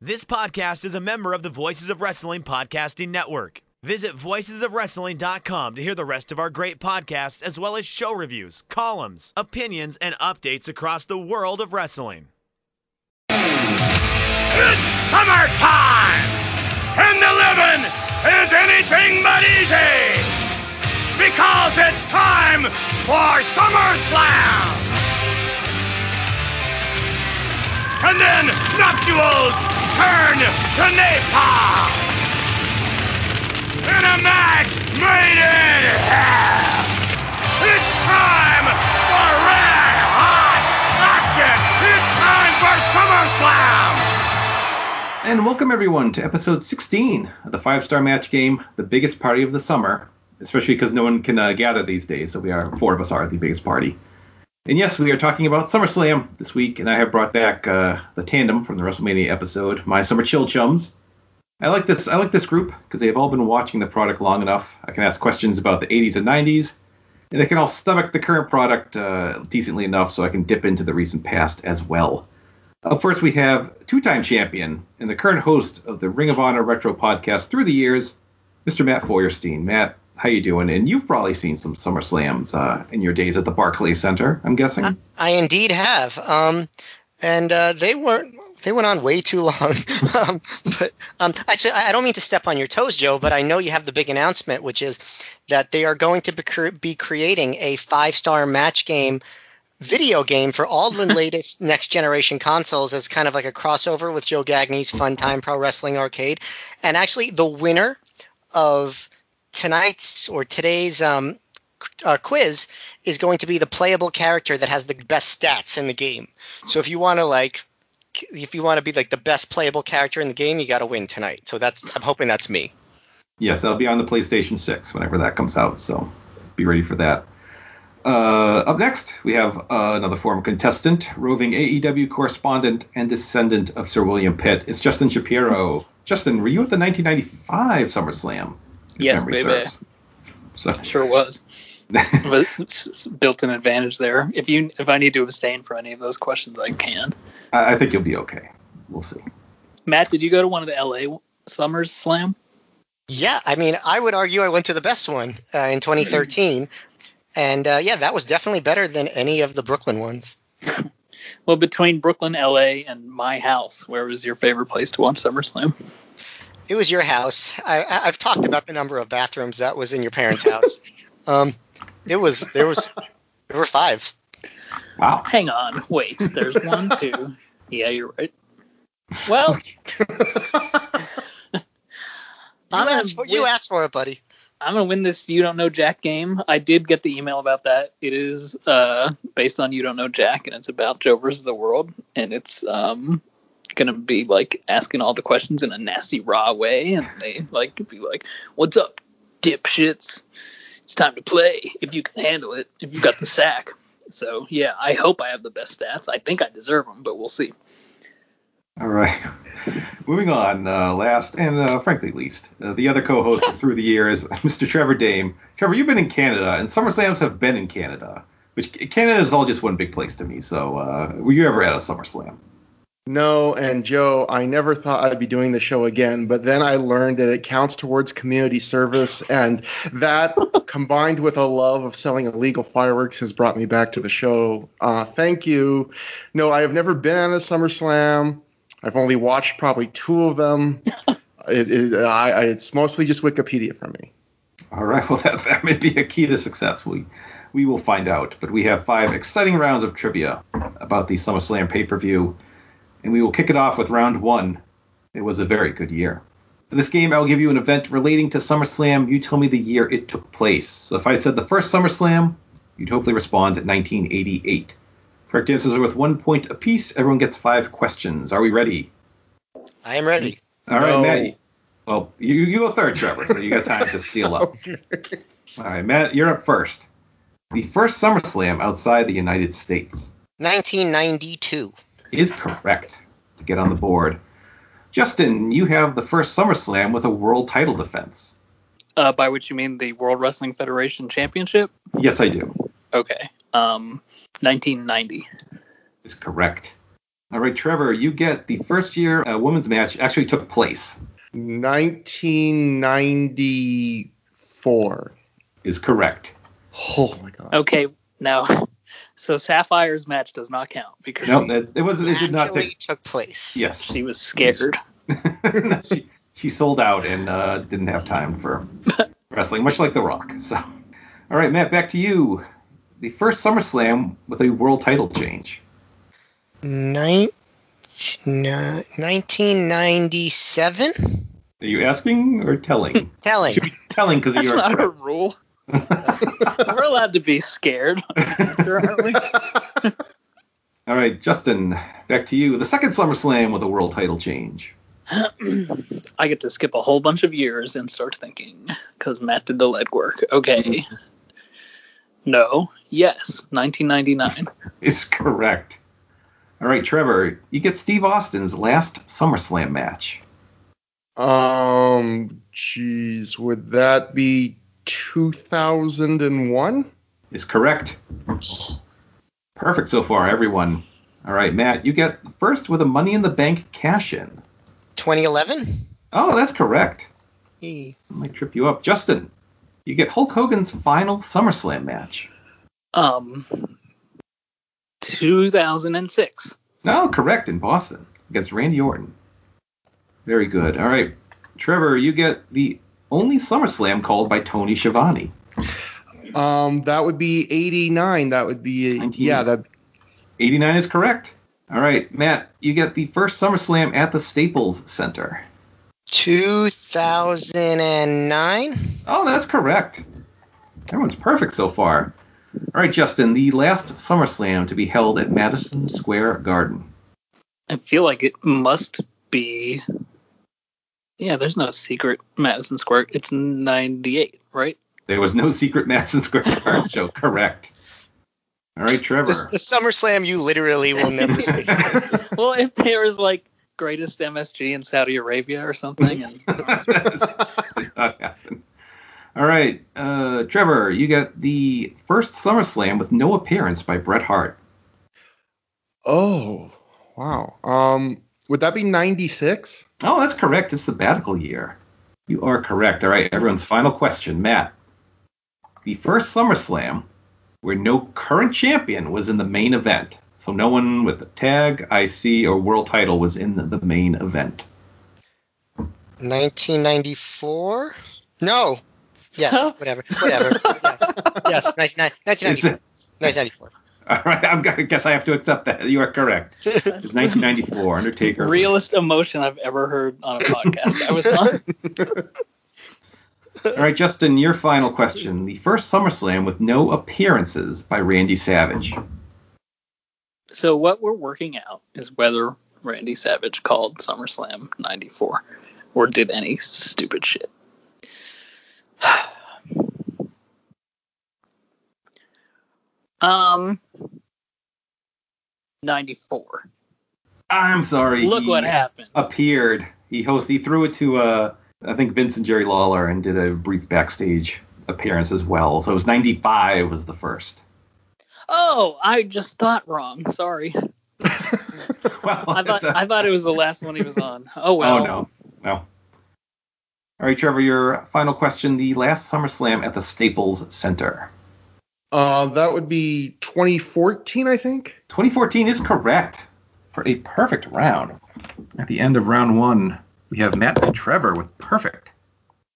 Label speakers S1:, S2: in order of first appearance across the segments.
S1: This podcast is a member of the Voices of Wrestling Podcasting Network. Visit voicesofwrestling.com to hear the rest of our great podcasts, as well as show reviews, columns, opinions, and updates across the world of wrestling.
S2: It's summertime, and the living is anything but easy because it's time for SummerSlam. And then nuptials turn to napalm in a match made in hell. It's time for red hot action. It's time for SummerSlam.
S3: And welcome everyone to episode 16 of the Five Star Match Game, the biggest party of the summer, especially because no one can uh, gather these days, so we are four of us are the biggest party. And yes, we are talking about SummerSlam this week, and I have brought back uh, the tandem from the WrestleMania episode, my summer chill chums. I like this. I like this group because they've all been watching the product long enough. I can ask questions about the 80s and 90s, and they can all stomach the current product uh, decently enough, so I can dip into the recent past as well. Up first, we have two time champion and the current host of the Ring of Honor Retro podcast through the years, Mr. Matt Feuerstein. Matt, how you doing? And you've probably seen some SummerSlams uh, in your days at the Barclays Center, I'm guessing.
S4: I indeed have. Um, and uh, they weren't. They went on way too long. um, but um, actually, I I don't mean to step on your toes, Joe, but I know you have the big announcement, which is that they are going to be cre- be creating a five-star match game video game for all the latest next generation consoles as kind of like a crossover with Joe Gagne's Fun Time Pro Wrestling Arcade. And actually, the winner of tonight's or today's um, c- uh, quiz is going to be the playable character that has the best stats in the game. So if you want to like, k- if you want to be like the best playable character in the game, you got to win tonight. So that's I'm hoping that's me.
S3: Yes, that'll be on the PlayStation 6 whenever that comes out, so be ready for that. Uh, up next, we have uh, another former contestant, roving AEW correspondent and descendant of Sir William Pitt. It's Justin Shapiro. Justin, were you at the 1995 SummerSlam? If
S5: Yes,
S3: memory
S5: baby.
S3: serves. So,
S5: Sure was. But it's, it's built an advantage there. If you if I need to abstain from any of those questions, I can.
S3: I, I think you'll be okay. We'll see.
S5: Matt, did you go to one of the LA Summers Slam?
S4: Yeah, I mean, I would argue I went to the best one uh, in 2013, and uh, yeah, that was definitely better than any of the Brooklyn ones.
S5: Well, between Brooklyn, LA, and my house, where was your favorite place to watch SummerSlam?
S4: It was your house. I, I, I've talked about the number of bathrooms that was in your parents' house. um, it was there was there were five.
S3: Wow.
S5: Hang on, wait. There's one, two. Yeah, you're right. Well,
S4: You,
S5: I'm gonna
S4: asked for, you
S5: win-
S4: asked for it, buddy.
S5: I'm gonna win this You Don't Know Jack game. I did get the email about that. It is uh, based on You Don't Know Jack, and it's about Joe versus the world, and it's um, gonna be like asking all the questions in a nasty raw way, and they like be like, "What's up, dipshits? It's time to play. If you can handle it, if you got the sack." So yeah, I hope I have the best stats. I think I deserve them, but we'll see.
S3: All right. Moving on, uh, last and uh, frankly least, uh, the other co-host of through the years, Mr. Trevor Dame. Trevor, you've been in Canada, and SummerSlams have been in Canada, which Canada is all just one big place to me. So, uh, were you ever at a SummerSlam?
S6: No, and Joe, I never thought I'd be doing the show again, but then I learned that it counts towards community service, and that combined with a love of selling illegal fireworks has brought me back to the show. Uh, thank you. No, I have never been at a SummerSlam. I've only watched probably two of them. it, it, I, I, it's mostly just Wikipedia for me.
S3: All right. Well, that, that may be a key to success. We we will find out. But we have five exciting rounds of trivia about the SummerSlam pay-per-view, and we will kick it off with round one. It was a very good year. For this game, I will give you an event relating to SummerSlam. You tell me the year it took place. So if I said the first SummerSlam, you'd hopefully respond at 1988. Correct answers are worth one point apiece. Everyone gets five questions. Are we ready?
S4: I am ready.
S3: All right,
S6: No.
S3: Matt. Well, you, you go third, Trevor, so you got time to steal up. All right, Matt, you're up first. The first SummerSlam outside the United States
S4: 1992.
S3: is correct to get on the board. Justin, you have the first SummerSlam with a world title defense.
S5: Uh, by which you mean the World Wrestling Federation Championship?
S3: Yes, I do.
S5: Okay. Um, 1990.
S3: Is correct. All right, Trevor, you get the first year a women's match actually took place
S6: 1994.
S3: is correct.
S6: Oh my god.
S5: Okay, now, so Sapphire's match does not count because
S3: No,
S5: she,
S3: it, it was it did not
S4: Actually
S3: take.
S4: took place.
S3: Yes,
S5: she was scared.
S3: she, she sold out and uh, didn't have time for wrestling, much like The Rock. So, all right, Matt, back to you. The first SummerSlam with a world title change.
S4: Nin- ni- 1997?
S3: Are you asking or telling?
S4: Telling.
S3: Should be telling because
S5: That's
S3: you're
S5: not a
S3: correct.
S5: rule. We're allowed to be scared. aren't we?
S3: All right, Justin, back to you. The second SummerSlam with a world title change.
S5: I get to skip a whole bunch of years and start thinking because Matt did the legwork. Okay. No. Yes. 1999.
S3: Is correct. All right, Trevor, you get Steve Austin's last SummerSlam match.
S6: Um, jeez, would that be 2001?
S3: Is correct. Perfect so far, everyone. All right, Matt, you get first with a Money in the Bank cash in.
S4: 2011?
S3: Oh, that's correct.
S4: Yee.
S3: I might trip you up. Justin, you get Hulk Hogan's final SummerSlam match.
S5: Um. 2006.
S3: No, Oh, correct in Boston against Randy Orton. Very good. All right, Trevor, you get the only SummerSlam called by Tony Schiavone.
S6: Um, that would be 89. That would be,
S3: 19.
S6: yeah, that
S3: 89 is correct. All right, Matt, you get the first SummerSlam at the Staples Center.
S4: 2009?
S3: Oh, that's correct. Everyone's perfect so far. All right, Justin, the last SummerSlam to be held at Madison Square Garden.
S5: I feel like it must be. Yeah, there's no secret Madison Square. It's 98, right?
S3: There was no secret Madison Square Garden show. Correct. All right, Trevor.
S4: This, the SummerSlam you literally will never see.
S5: Well, if there was like greatest MSG in Saudi Arabia or something, and
S3: Not happen. All right, uh, Trevor, you got the first SummerSlam with no appearance by Bret Hart.
S6: Oh, wow. Um, would that be 96?
S3: Oh, that's correct. It's sabbatical year. You are correct. All right, everyone's final question, Matt. The first SummerSlam where no current champion was in the main event. So no one with the tag, IC, or world title was in the main event.
S4: 1994? No. Yes, whatever. Whatever. yes, 1990
S3: Is it-
S4: 1994. 1994.
S3: all right, I'm gonna guess I have to accept that. You are correct. It's 1994. Undertaker.
S5: realest emotion I've ever heard on a podcast. I was not
S3: All right, Justin, your final question. The first SummerSlam with no appearances by Randy Savage.
S5: So what we're working out is whether Randy Savage called SummerSlam 94 or did any stupid shit. um 94.
S3: I'm sorry.
S5: Look
S3: he
S5: what happened.
S3: Appeared. He host. He threw it to uh, I think Vince and Jerry Lawler and did a brief backstage appearance as well. So it was 95 was the first.
S5: Oh, I just thought wrong. Sorry.
S3: Well,
S5: I thought
S3: it's a-
S5: I thought it was the last one he was on. Oh well.
S3: Oh no, no. All right, Trevor, your final question. The last SummerSlam at the Staples Center.
S6: Uh, that would be 2014, I think.
S3: 2014 is correct for a perfect round. At the end of round one, we have Matt and Trevor with perfect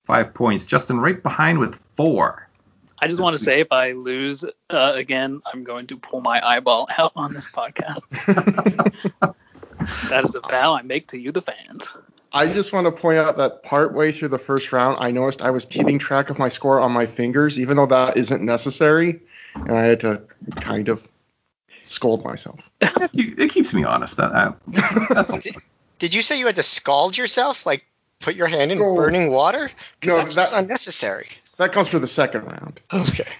S3: five points. Justin right behind with four.
S5: I just want to say if I lose uh, again, I'm going to pull my eyeball out on this podcast. that is a vow I make to you, the fans.
S6: I just want to point out that partway through the first round, I noticed I was keeping track of my score on my fingers, even though that isn't necessary, and I had to kind of scold myself.
S3: It keeps me honest. I- I- that's all.
S4: Did you say you had to scald yourself? Like put your hand in
S6: No.
S4: burning water? 'Cause
S6: No,
S4: that's
S6: that-
S4: just unnecessary.
S6: That comes for the second round.
S4: Okay.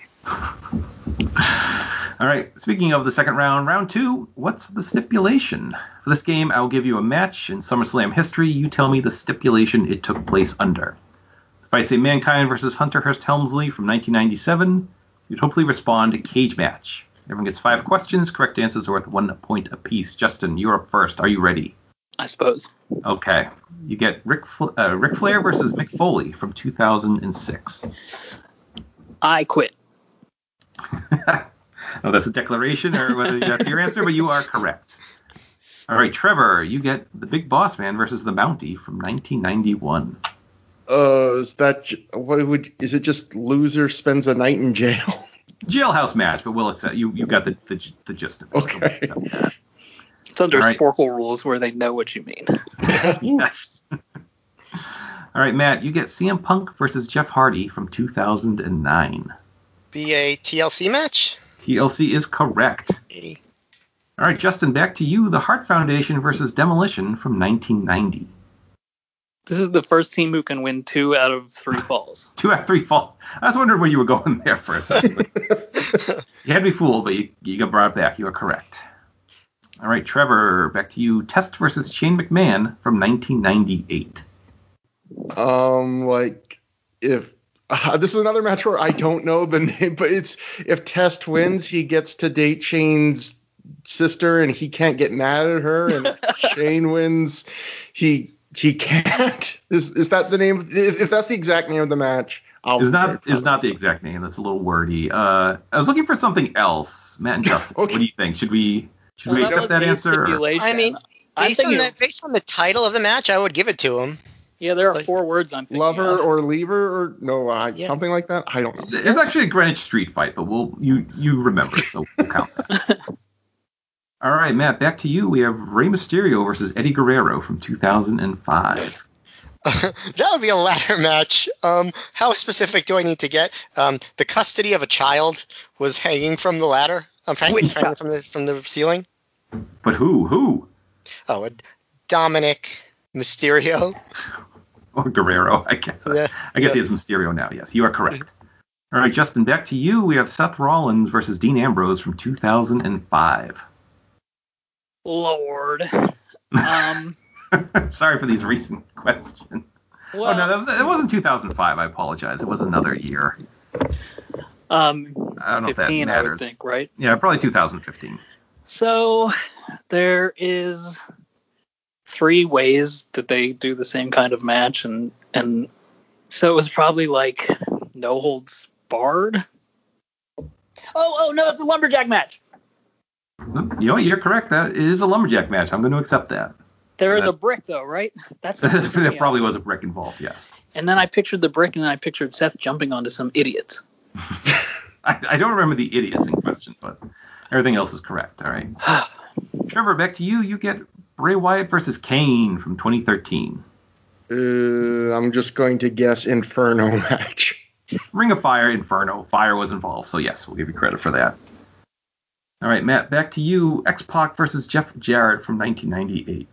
S3: All right. Speaking of the second round, round two, what's the stipulation? For this game, I'll give you a match in SummerSlam history. You tell me the stipulation it took place under. If I say Mankind versus Hunter Hearst Helmsley from 1997, you'd hopefully respond cage match. Everyone gets five questions. Correct answers are worth one point apiece. Justin, you're up first. Are you ready?
S5: I suppose.
S3: Okay. You get Rick, Fl- uh, Ric Flair versus Mick Foley from 2006.
S5: I quit.
S3: Oh, that's a declaration, or whether that's your answer, but you are correct. All right, Trevor, you get the Big Boss Man versus the Bounty from 1991.
S6: Uh, is that j- what would? Is it just loser spends a night in jail?
S3: Jailhouse match, but we'll accept you. You got the the, g- the gist of it.
S6: Okay.
S3: We'll accept that.
S5: It's under
S3: All right.
S5: Sporkle rules where they know what you mean.
S3: Yes. All right, Matt, you get CM Punk versus Jeff Hardy from 2009.
S4: Be a TLC match?
S3: TLC is correct. All right, Justin, back to you. The Hart Foundation versus Demolition from 1990.
S5: This is the first team who can win two out of three falls.
S3: Two out of three fall. I was wondering where you were going there for a second. but- you had me fooled, but you, you got brought back. You are correct. All right, Trevor, back to you. Test versus Shane McMahon from 1998.
S6: Um, like if uh, this is another match where I don't know the name, but it's if Test wins, he gets to date Shane's sister, and he can't get mad at her. And if Shane wins, he he can't. Is is that the name? of- If, if that's the exact name of the match, I'll.
S3: Is not is not the exact name. That's a little wordy. Uh, I was looking for something else. Matt and Justin,
S6: Okay.
S3: what do you think? Should we should we
S5: Well,
S3: accept
S5: was
S3: that
S5: his
S3: answer? or-
S5: stipulation.
S4: I mean,
S5: I'm
S4: Based on,
S5: thinking,
S4: the, based on the title of the match, I would give it to him.
S5: yeah, there are
S4: like,
S5: four words I'm thinking
S6: Lover
S5: of.
S6: or lever or no, uh,
S4: Yeah.
S6: something like that. I don't know.
S3: It's actually a Greenwich Street fight, but we'll you you remember, it, so we'll count that. All right, Matt, back to you. We have Rey Mysterio versus Eddie Guerrero from 2005.
S4: that would be a ladder match. Um, how specific do I need to get? Um, the custody of a child was hanging from the ladder. I'm hanging,
S5: Which
S4: hanging from the from the ceiling.
S3: But who? Who?
S4: Oh, Dominic Mysterio.
S3: Or Oh, Guerrero, I guess.
S4: Yeah,
S3: I guess
S4: yeah. Mm-hmm.
S3: he is Mysterio now. Yes, you are correct. All right, Justin, back to you. We have Seth Rollins versus Dean Ambrose from 2005.
S5: Lord. Um,
S3: Sorry for these recent questions.
S5: well,
S3: oh no, that was, it wasn't 2005. I apologize. It was another year.
S5: um,
S3: I don't know if that
S5: 15, I would
S3: matters.
S5: think, right?
S3: Yeah, probably 2015.
S5: So there is three ways that they do the same kind of match and and so it was probably like no holds barred. Oh oh no, it's a lumberjack match.
S3: You know, what? you're correct. That is a lumberjack match. I'm going to accept that.
S5: There is
S3: Yeah.
S5: a brick though, right? That's what was
S3: there
S5: thinking of.
S3: probably was a brick involved. Yes.
S5: And then I pictured the brick and then I pictured Seth jumping onto some idiots.
S3: I, I don't remember the idiots in question, but everything else is correct. All right. Trevor, back to you. You get Bray Wyatt versus Kane from 2013.
S6: Uh, I'm just going to guess Inferno match.
S3: Ring of Fire, Inferno. Fire was involved, so yes, we'll give you credit for that. All right, Matt, back to you. X Pac versus Jeff Jarrett from 1998.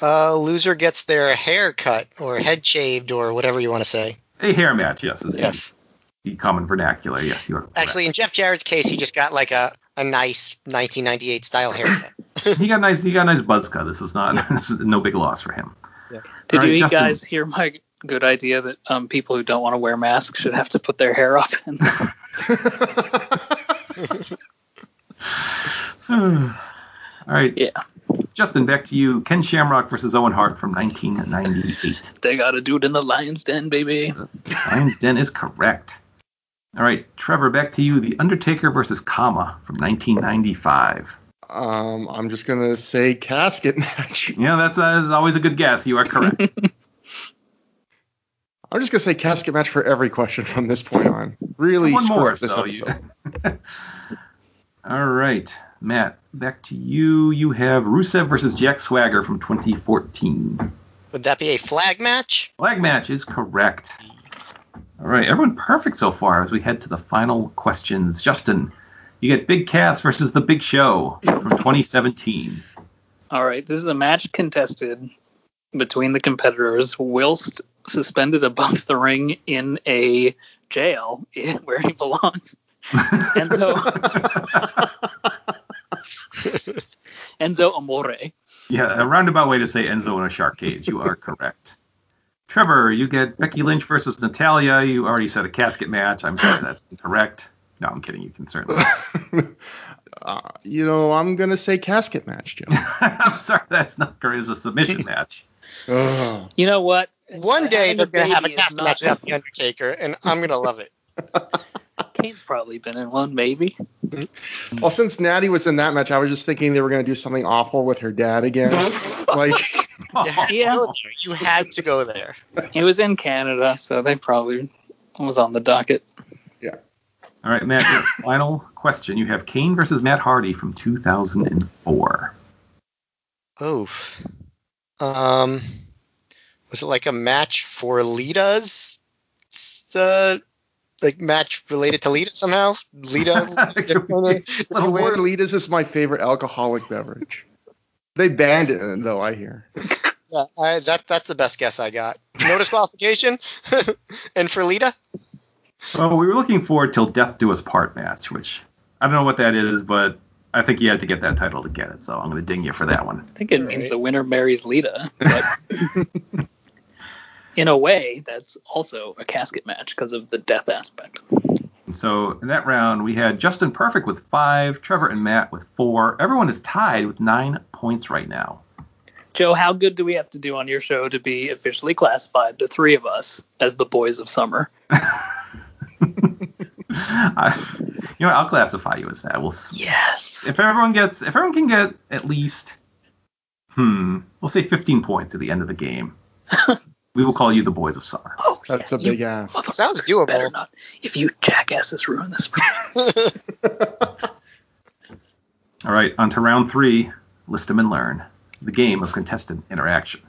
S4: Uh, loser gets their hair cut or head shaved or whatever you want to say.
S3: A hair match, yes, is
S4: Yes.
S3: the common vernacular. Yes, you are correct.
S4: Actually, in Jeff Jarrett's case, he just got like a, a nice 1998 style haircut.
S3: he got a nice. He got a nice buzz cut. This was not this is no big loss for him.
S5: Did
S3: All right,
S5: you
S3: Justin.
S5: guys hear my good idea that um, people who don't want to wear masks should have to put their hair up? And
S3: All right.
S5: Yeah.
S3: Justin, back to you. Ken Shamrock versus Owen Hart from 1998.
S5: they got a dude in the lion's den, baby.
S3: Lion's Den is correct. All right, Trevor, back to you. The Undertaker versus Kama from 1995.
S6: Um, I'm just gonna say casket match.
S3: You know, that's, uh, is always a good guess. You are correct.
S6: I'm just gonna say casket match for every question from this point on. Really
S3: One
S6: screw
S3: more,
S6: up this
S3: so you-
S6: episode.
S3: All right, Matt, back to you. You have Rusev versus Jack Swagger from 2014.
S4: Would that be a flag match?
S3: Flag match is correct. All right, everyone perfect so far as we head to the final questions. Justin, you get Big Cass versus The Big Show from 2017.
S5: All right, this is a match contested between the competitors whilst suspended above the ring in a jail where he belongs. Enzo, Enzo Amore.
S3: yeah, a roundabout way to say Enzo in a shark cage. You are correct. Trevor, you get Becky Lynch versus Natalia. You already said a casket match. I'm sorry, that's incorrect. No, I'm kidding. You can certainly.
S6: uh, you know, I'm gonna say casket match, Joe.
S3: I'm sorry, that's not correct. It was a submission match.
S6: Ugh.
S5: You know what?
S4: One day
S5: Having
S4: they're going to have a
S5: baby is
S4: casket
S5: not-
S4: match with The Undertaker, and I'm going to love it.
S5: Kane's probably been in one, maybe.
S6: Well, since Natty was in that match, I was just thinking they were gonna do something awful with her dad again. like,
S4: You had, to
S5: Yeah.
S4: go there. you had to go there.
S5: He was in Canada, so they probably was on the docket.
S3: All right, Matt. Your final question. You have Kane versus Matt Hardy from 2004.
S4: Oof. Um, was it like a match for Lita's? Uh, like match related to Lita somehow? Lita?
S6: the Lita's is my favorite alcoholic beverage. They banned it though. I hear.
S4: yeah, I, that, that's the best guess I got. No disqualification? and for Lita?
S3: Well, we were looking forward till death do us part match, which I don't know what that is, but I think you had to get that title to get it. So I'm going to ding you for that one.
S5: I think it means the winner marries Lita, but in a way, that's also a casket match because of the death aspect.
S3: And so in that round, we had Justin Perfect with five, Trevor and Matt with four. Everyone is tied with nine points right now.
S5: Joe, how good do we have to do on your show to be officially classified, the three of us, as the boys of summer?
S3: I, you know, what, I'll classify you as that. We'll s-
S5: Yes.
S3: if everyone gets if everyone can get at least hmm, we'll say 15 points at the end of the game. we will call you the boys of summer.
S5: Oh,
S6: That's
S5: yeah,
S6: a big
S5: you
S6: ass.
S5: motherfuckers
S4: Sounds
S5: Better
S4: doable.
S5: not. If you jackasses ruin this, for me.
S3: All right, on to round three list them and learn the game of contestant interaction.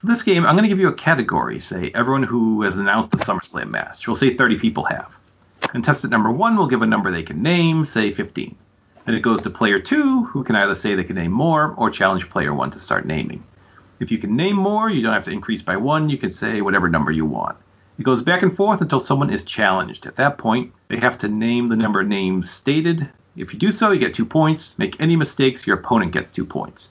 S3: For this game, I'm going to give you a category, say everyone who has announced a SummerSlam match. We'll say 30 people have. Contestant number one will give a number they can name, say 15. Then it goes to player two, who can either say they can name more or challenge player one to start naming. If you can name more, you don't have to increase by one, you can say whatever number you want. It goes back and forth until someone is challenged. At that point, they have to name the number of names stated. If you do so, you get two points. Make any mistakes, your opponent gets two points.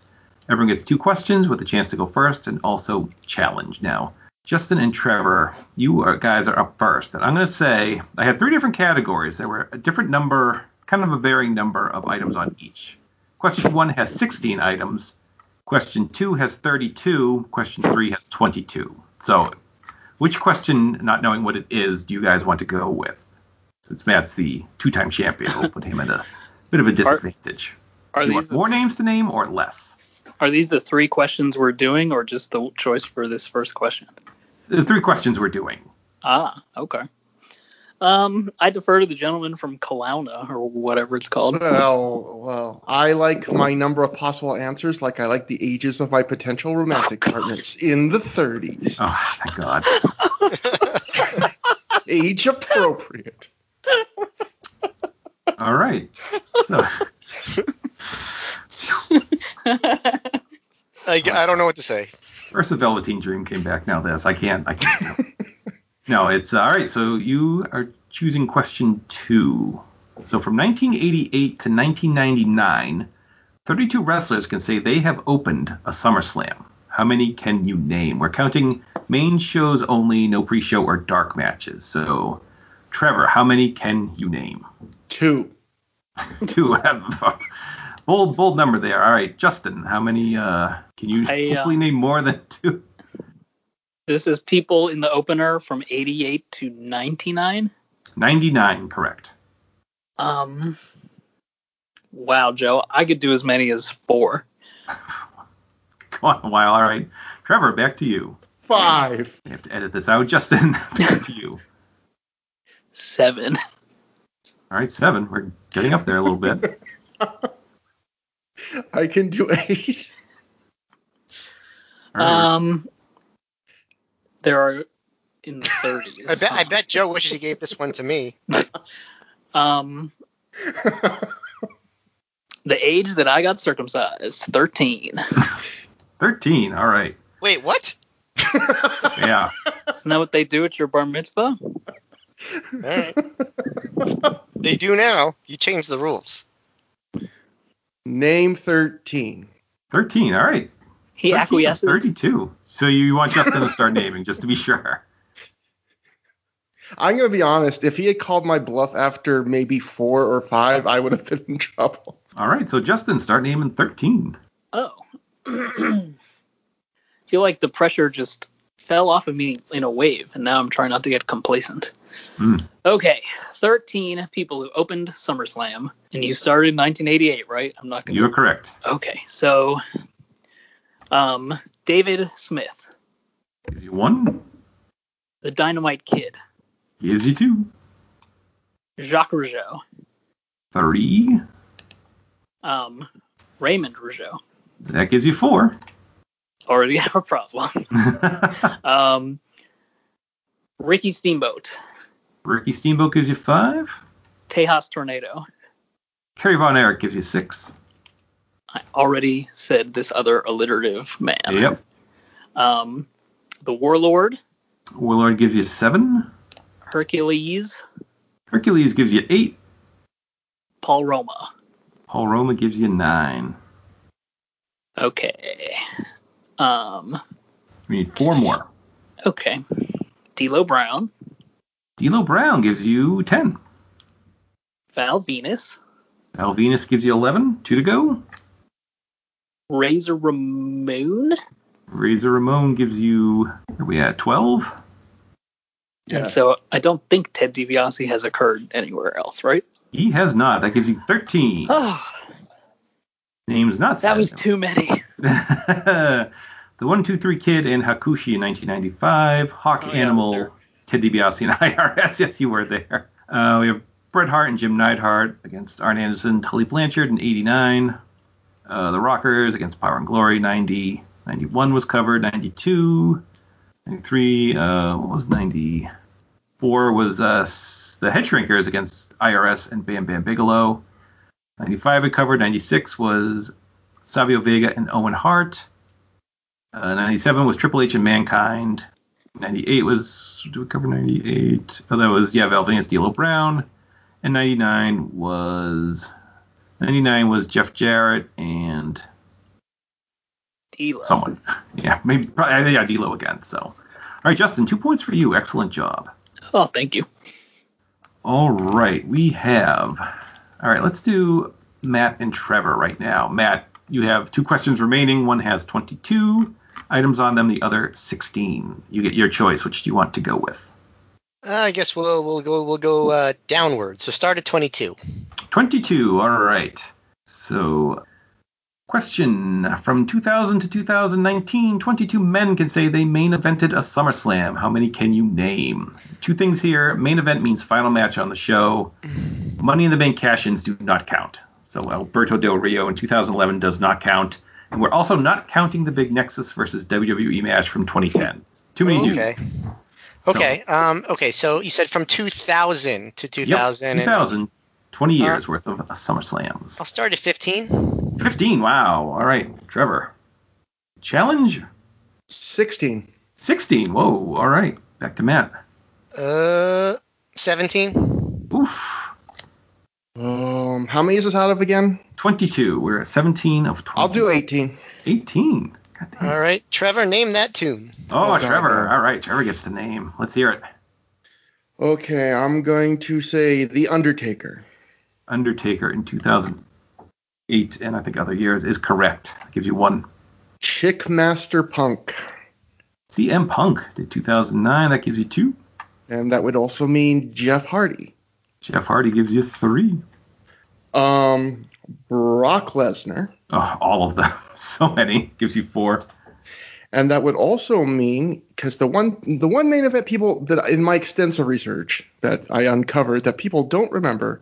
S3: Everyone gets two questions with a chance to go first and also challenge. Now, Justin and Trevor, you are, guys are up first. And I'm going to say I had three different categories. There were a different number, kind of a varying number of items on each. Question one has 16 items. Question two has 32. Question three has 22. So which question, not knowing what it is, do you guys want to go with? Since Matt's the two-time champion, we'll put him at a bit of a disadvantage.
S5: Are
S3: do you
S5: these
S3: want
S5: the
S3: more names to name or less?
S5: Are these the three questions we're doing, or just the choice for this first question?
S3: The three questions we're doing.
S5: Ah, okay. Um, I defer to the gentleman from Kelowna or whatever it's called.
S6: Well, well, I like my number of possible answers like I like the ages of my potential romantic partners in the 30s,
S3: Oh, thank God.
S6: age appropriate.
S3: All right. So,
S4: I, I don't know what to say.
S3: first, the Velveteen Dream came back. Now this, I can't. I can't. do it. no, it's uh, all right. So you are choosing question two. So from 1988 to 1999, 32 wrestlers can say they have opened a SummerSlam. How many can you name? We're counting main shows only, no pre-show or dark matches. So, Trevor, how many can you name?
S6: Two.
S3: Two. bold, bold number there. All right, Justin, how many? Uh, can you
S5: I, uh,
S3: hopefully name more than two?
S5: this is people in the opener from 88 to 99.
S3: 99, correct.
S5: Um, wow, Joe, I could do as many as four.
S3: Go on a while. All right, Trevor, back to you.
S6: Five.
S3: I have to edit this out. Justin, back to you.
S5: Seven.
S3: All right, seven. We're getting up there a little bit.
S6: I can do eight.
S3: All right,
S5: Um, there are in the
S4: I
S5: 30s.
S4: bet, I
S5: huh?
S4: bet Joe wishes he gave this one to me.
S5: Um, the age that I got circumcised, 13.
S3: 13. All right.
S4: Wait, what?
S3: Yeah.
S5: Isn't that what they do at your bar mitzvah?
S4: All right. they do now. You changed the rules.
S6: Name 13.
S3: 13. All right.
S5: He
S3: 13 to
S5: acquiesces.
S3: 32. So you want Justin to start naming, just to be sure.
S6: I'm going to be honest. If he had called my bluff after maybe four or five, I would have been in trouble.
S3: All right, so Justin, start naming 13.
S5: Oh. I feel like the pressure just fell off of me in a wave, and now I'm trying not to get complacent.
S3: Hmm.
S5: Okay, 13 people who opened SummerSlam, and you started in 1988, right? I'm not going
S3: You are correct.
S5: Okay, so um, David Smith,
S3: Gives you one,
S5: the Dynamite Kid,
S3: gives you two,
S5: Jacques Rougeau,
S3: three,
S5: um, Raymond Rougeau.
S3: that gives you four.
S5: Already have a problem. Um, Ricky Steamboat,
S3: Ricky Steamboat gives you five.
S5: Tejas Tornado.
S3: Kerry Von Erich gives you six.
S5: I already said this other alliterative man.
S3: Yep.
S5: Um, the Warlord,
S3: Willard gives you seven.
S5: Hercules,
S3: Hercules gives you eight.
S5: Paul Roma.
S3: Paul Roma gives you nine.
S5: Okay. Um,
S3: We need four more.
S5: okay. D'Lo Brown,
S3: D'Lo Brown gives you ten.
S5: Val Venus,
S3: Val Venus gives you eleven. Two to go.
S5: Razor Ramon,
S3: Razor Ramon gives you. Where are we at? Twelve.
S5: And so I don't think Ted DiBiase has occurred anywhere else, right?
S3: He has not. That gives you thirteen.
S5: Oh,
S3: Name's not.
S5: that
S3: said.
S5: was too many.
S3: the one two three kid and Hakushi in 1995. Hawk
S5: Oh, yeah, I was there.
S3: Animal. Ted DiBiase and IRS. Yes, you were there. Uh, we have Bret Hart and Jim Neidhart against Arn Anderson, Tully Blanchard in '89. Uh, the Rockers against Power and Glory '90. '91 was covered. '92, '93. Uh, what was '94? Was uh, s- the Head Shrinkers against IRS and Bam Bam Bigelow. '95 we covered. '96 was Savio Vega and Owen Hart. Uh, 97 was Triple H and Mankind. 98 was, did we cover 98? Oh, that was, yeah, Valvinus D'Lo Brown. And 99 was, 99 was Jeff Jarrett and
S5: D'Lo.
S3: someone. Yeah, maybe, probably, yeah, D'Lo again. So, all right, Justin, two points for you. Excellent job.
S5: Oh, thank you.
S3: All right, we have. All right, let's do Matt and Trevor right now. Matt, you have two questions remaining. One has 22 items on them, the other 16. You get your choice. Which do you want to go with?
S4: Uh, I guess we'll we'll go we'll go uh, downward. So start at 22.
S3: 22. All right. So, question from 2000 to 2019, 22 men can say they main evented a SummerSlam. How many can you name? Two things here. Main event means final match on the show. Money in the Bank cash-ins do not count. So Alberto Del Rio in 2011 does not count. And we're also not counting the big Nexus versus WWE match from 2010. Too many dudes.
S4: Okay. Okay. Um, okay. So you said from 2000 to
S3: Yep,
S4: 2000. and-
S3: 2000. 20
S4: Uh,
S3: years worth of SummerSlams.
S4: I'll start at 15.
S3: 15. Wow. All right, Trevor. Challenge
S6: 16.
S3: 16. Whoa. All right. Back to Matt.
S4: Uh, 17.
S3: Oof.
S6: Um, how many is this out of again?
S3: 22. We're at 17 of 20.
S6: I'll do 18.
S3: 18. God damn.
S4: All right, Trevor, name that tune.
S3: Oh,
S6: Oh, God,
S3: Trevor.
S6: yeah.
S3: All right. Trevor gets the name. Let's hear it.
S6: Okay, I'm going to say The Undertaker.
S3: Undertaker in 2008 and I think other years is correct. Gives you one.
S6: Chickmaster Punk.
S3: CM Punk did 2009. That gives you two.
S6: And that would also mean Jeff Hardy.
S3: Jeff Hardy gives you three.
S6: Um, Brock Lesnar.
S3: Oh, all of them. So many. Gives you four.
S6: And that would also mean because the one the one main event people that in my extensive research that I uncovered that people don't remember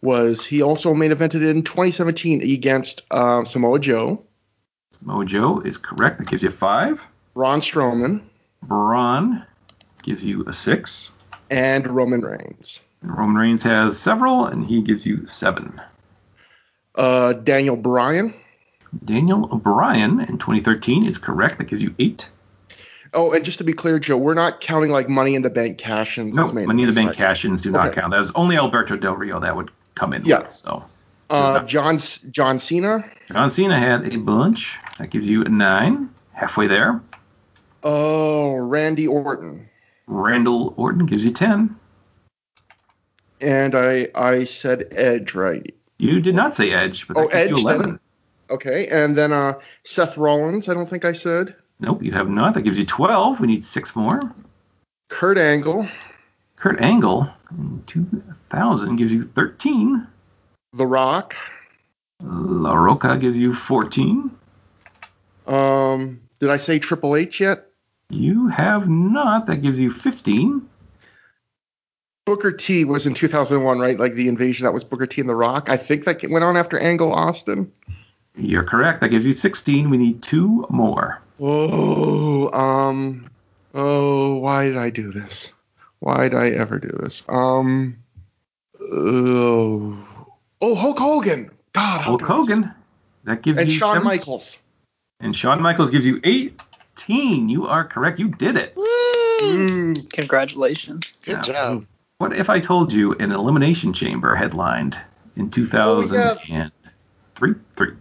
S6: was he also main evented in 2017 against uh, Samoa Joe,
S3: Mojo is correct. That gives you five.
S6: Ron Strowman,
S3: Braun gives you a six.
S6: and Roman Reigns.
S3: Roman Reigns has several, and he gives you seven.
S6: Uh, Daniel Bryan.
S3: Daniel O'Brien in 2013 is correct. That gives you eight.
S6: Oh, and just to be clear, Joe, we're not counting like Money in the Bank cash and
S3: No, Money in the Bank cash-ins do not
S6: Okay.
S3: count. That was only Alberto Del Rio that would come in.
S6: Yeah.
S3: With, so
S6: Uh, John John Cena.
S3: John Cena had a bunch. That gives you a nine. Halfway there.
S6: Oh, Randy Orton.
S3: Randall Orton gives you ten.
S6: and I I said Edge right.
S3: You did not say Edge, but that
S6: Oh,
S3: gives you
S6: Edge,
S3: eleven.
S6: then- Okay, and then uh, Seth Rollins. I don't think I said
S3: Nope, you have not. That gives you twelve. We need six more.
S6: Kurt Angle,
S3: Kurt Angle in two thousand gives you thirteen.
S6: The Rock,
S3: La Roca gives you fourteen.
S6: Um, did I say Triple H yet?
S3: You have not. That gives you 15.
S6: Booker T was in 2001, right? Like the invasion that was Booker T and The Rock. I think that went on after Angle Austin.
S3: You're correct. That gives you 16. We need two more.
S6: Oh, um, oh, why did I do this? Why did I ever do this? Um, oh, oh, Hulk Hogan. God, how
S3: Hulk
S6: did I do this?
S3: Hogan. That gives
S6: and
S3: you
S6: Shawn
S3: seven-
S6: Michaels.
S3: And Shawn Michaels gives you 18. You are correct. You did it.
S6: Mm,
S5: Congratulations.
S4: Good
S3: Yeah.
S4: job.
S3: What if I told you an elimination chamber headlined in 2003? Three.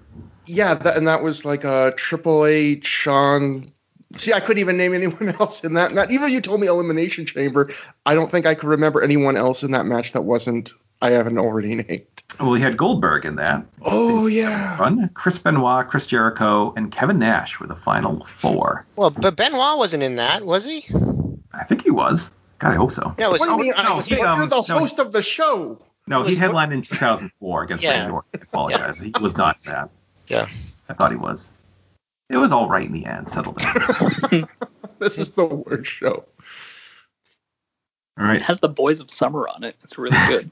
S6: yeah, that, and that was like a Triple H, Shawn. See, I couldn't even name anyone else in that. Not even you told me Elimination Chamber. I don't think I could remember anyone else in that match that wasn't I haven't already named.
S3: Well, we had Goldberg in that
S6: Oh yeah.
S3: run. Chris Benoit, Chris Jericho, and Kevin Nash were the final four.
S4: Well, but Benoit wasn't in that, was he?
S3: I think he was. God, I hope so.
S4: No, it was
S6: What do you mean? I
S3: no,
S6: was,
S3: he,
S6: you're
S3: um,
S6: the
S3: no,
S6: host of the show.
S3: No,
S4: It
S3: he
S4: was-
S3: headlined in 2004 against
S4: Yeah.
S3: Randy Orton. I apologize. He was not in that.
S4: Yeah.
S3: I thought he was. It was all right in the end. Settle down.
S6: This is the worst show.
S3: all right.
S5: It has the Boys of Summer on it. It's really good.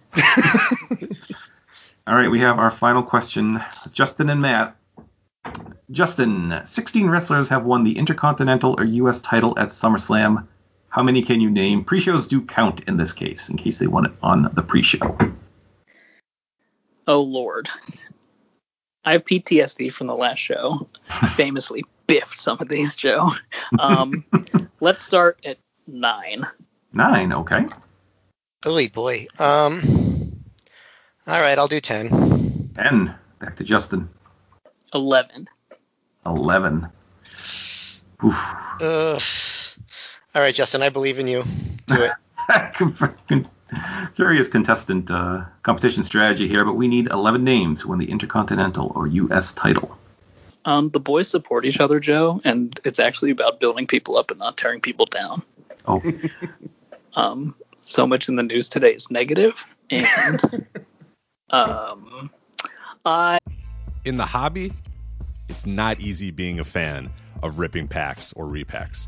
S3: All right. We have our final question. Justin and Matt. Justin, 16 wrestlers have won the Intercontinental or U.S. title at SummerSlam. How many can you name? Pre-shows do count in this case, in case they won it on the pre-show.
S5: Oh Lord. I have PTSD from the last show. I famously biffed some of these, Joe. Um, let's start at nine.
S3: Nine. Okay.
S4: Ooh boy. Um. All right, I'll do ten.
S3: Ten. Back to Justin.
S5: Eleven.
S3: 11. Oof.
S4: Ugh. All right, Justin, I believe in you. Do it.
S3: Curious contestant uh, competition strategy here, but we need 11 names who win the Intercontinental or U.S. title.
S5: Um, the boys support each other, Joe, and it's actually about building people up and not tearing people down.
S3: Oh,
S5: Um, so much in the news today is negative, and um, I
S7: In the hobby, it's not easy being a fan of ripping packs or repacks.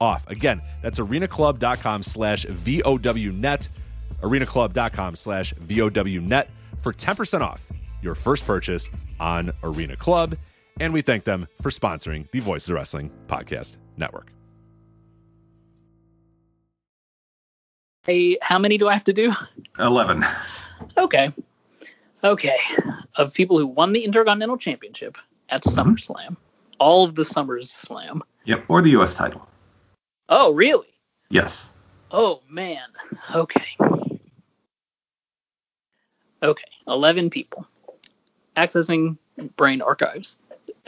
S7: off. Again, that's arenaclub.com slash VOWnet, arenaclub.com slash VOWnet for 10% off your first purchase on Arena Club. And we thank them for sponsoring the Voices of Wrestling Podcast Network.
S5: Hey, how many do I have to do?
S3: Eleven.
S5: Okay. Okay. Of people who won the Intercontinental Championship at SummerSlam, all of the Summers Slam.
S3: Yep. Or the U.S. title.
S5: Oh, really?
S3: Yes.
S5: Oh, man. Okay. Okay. 11 people. Accessing brain archives.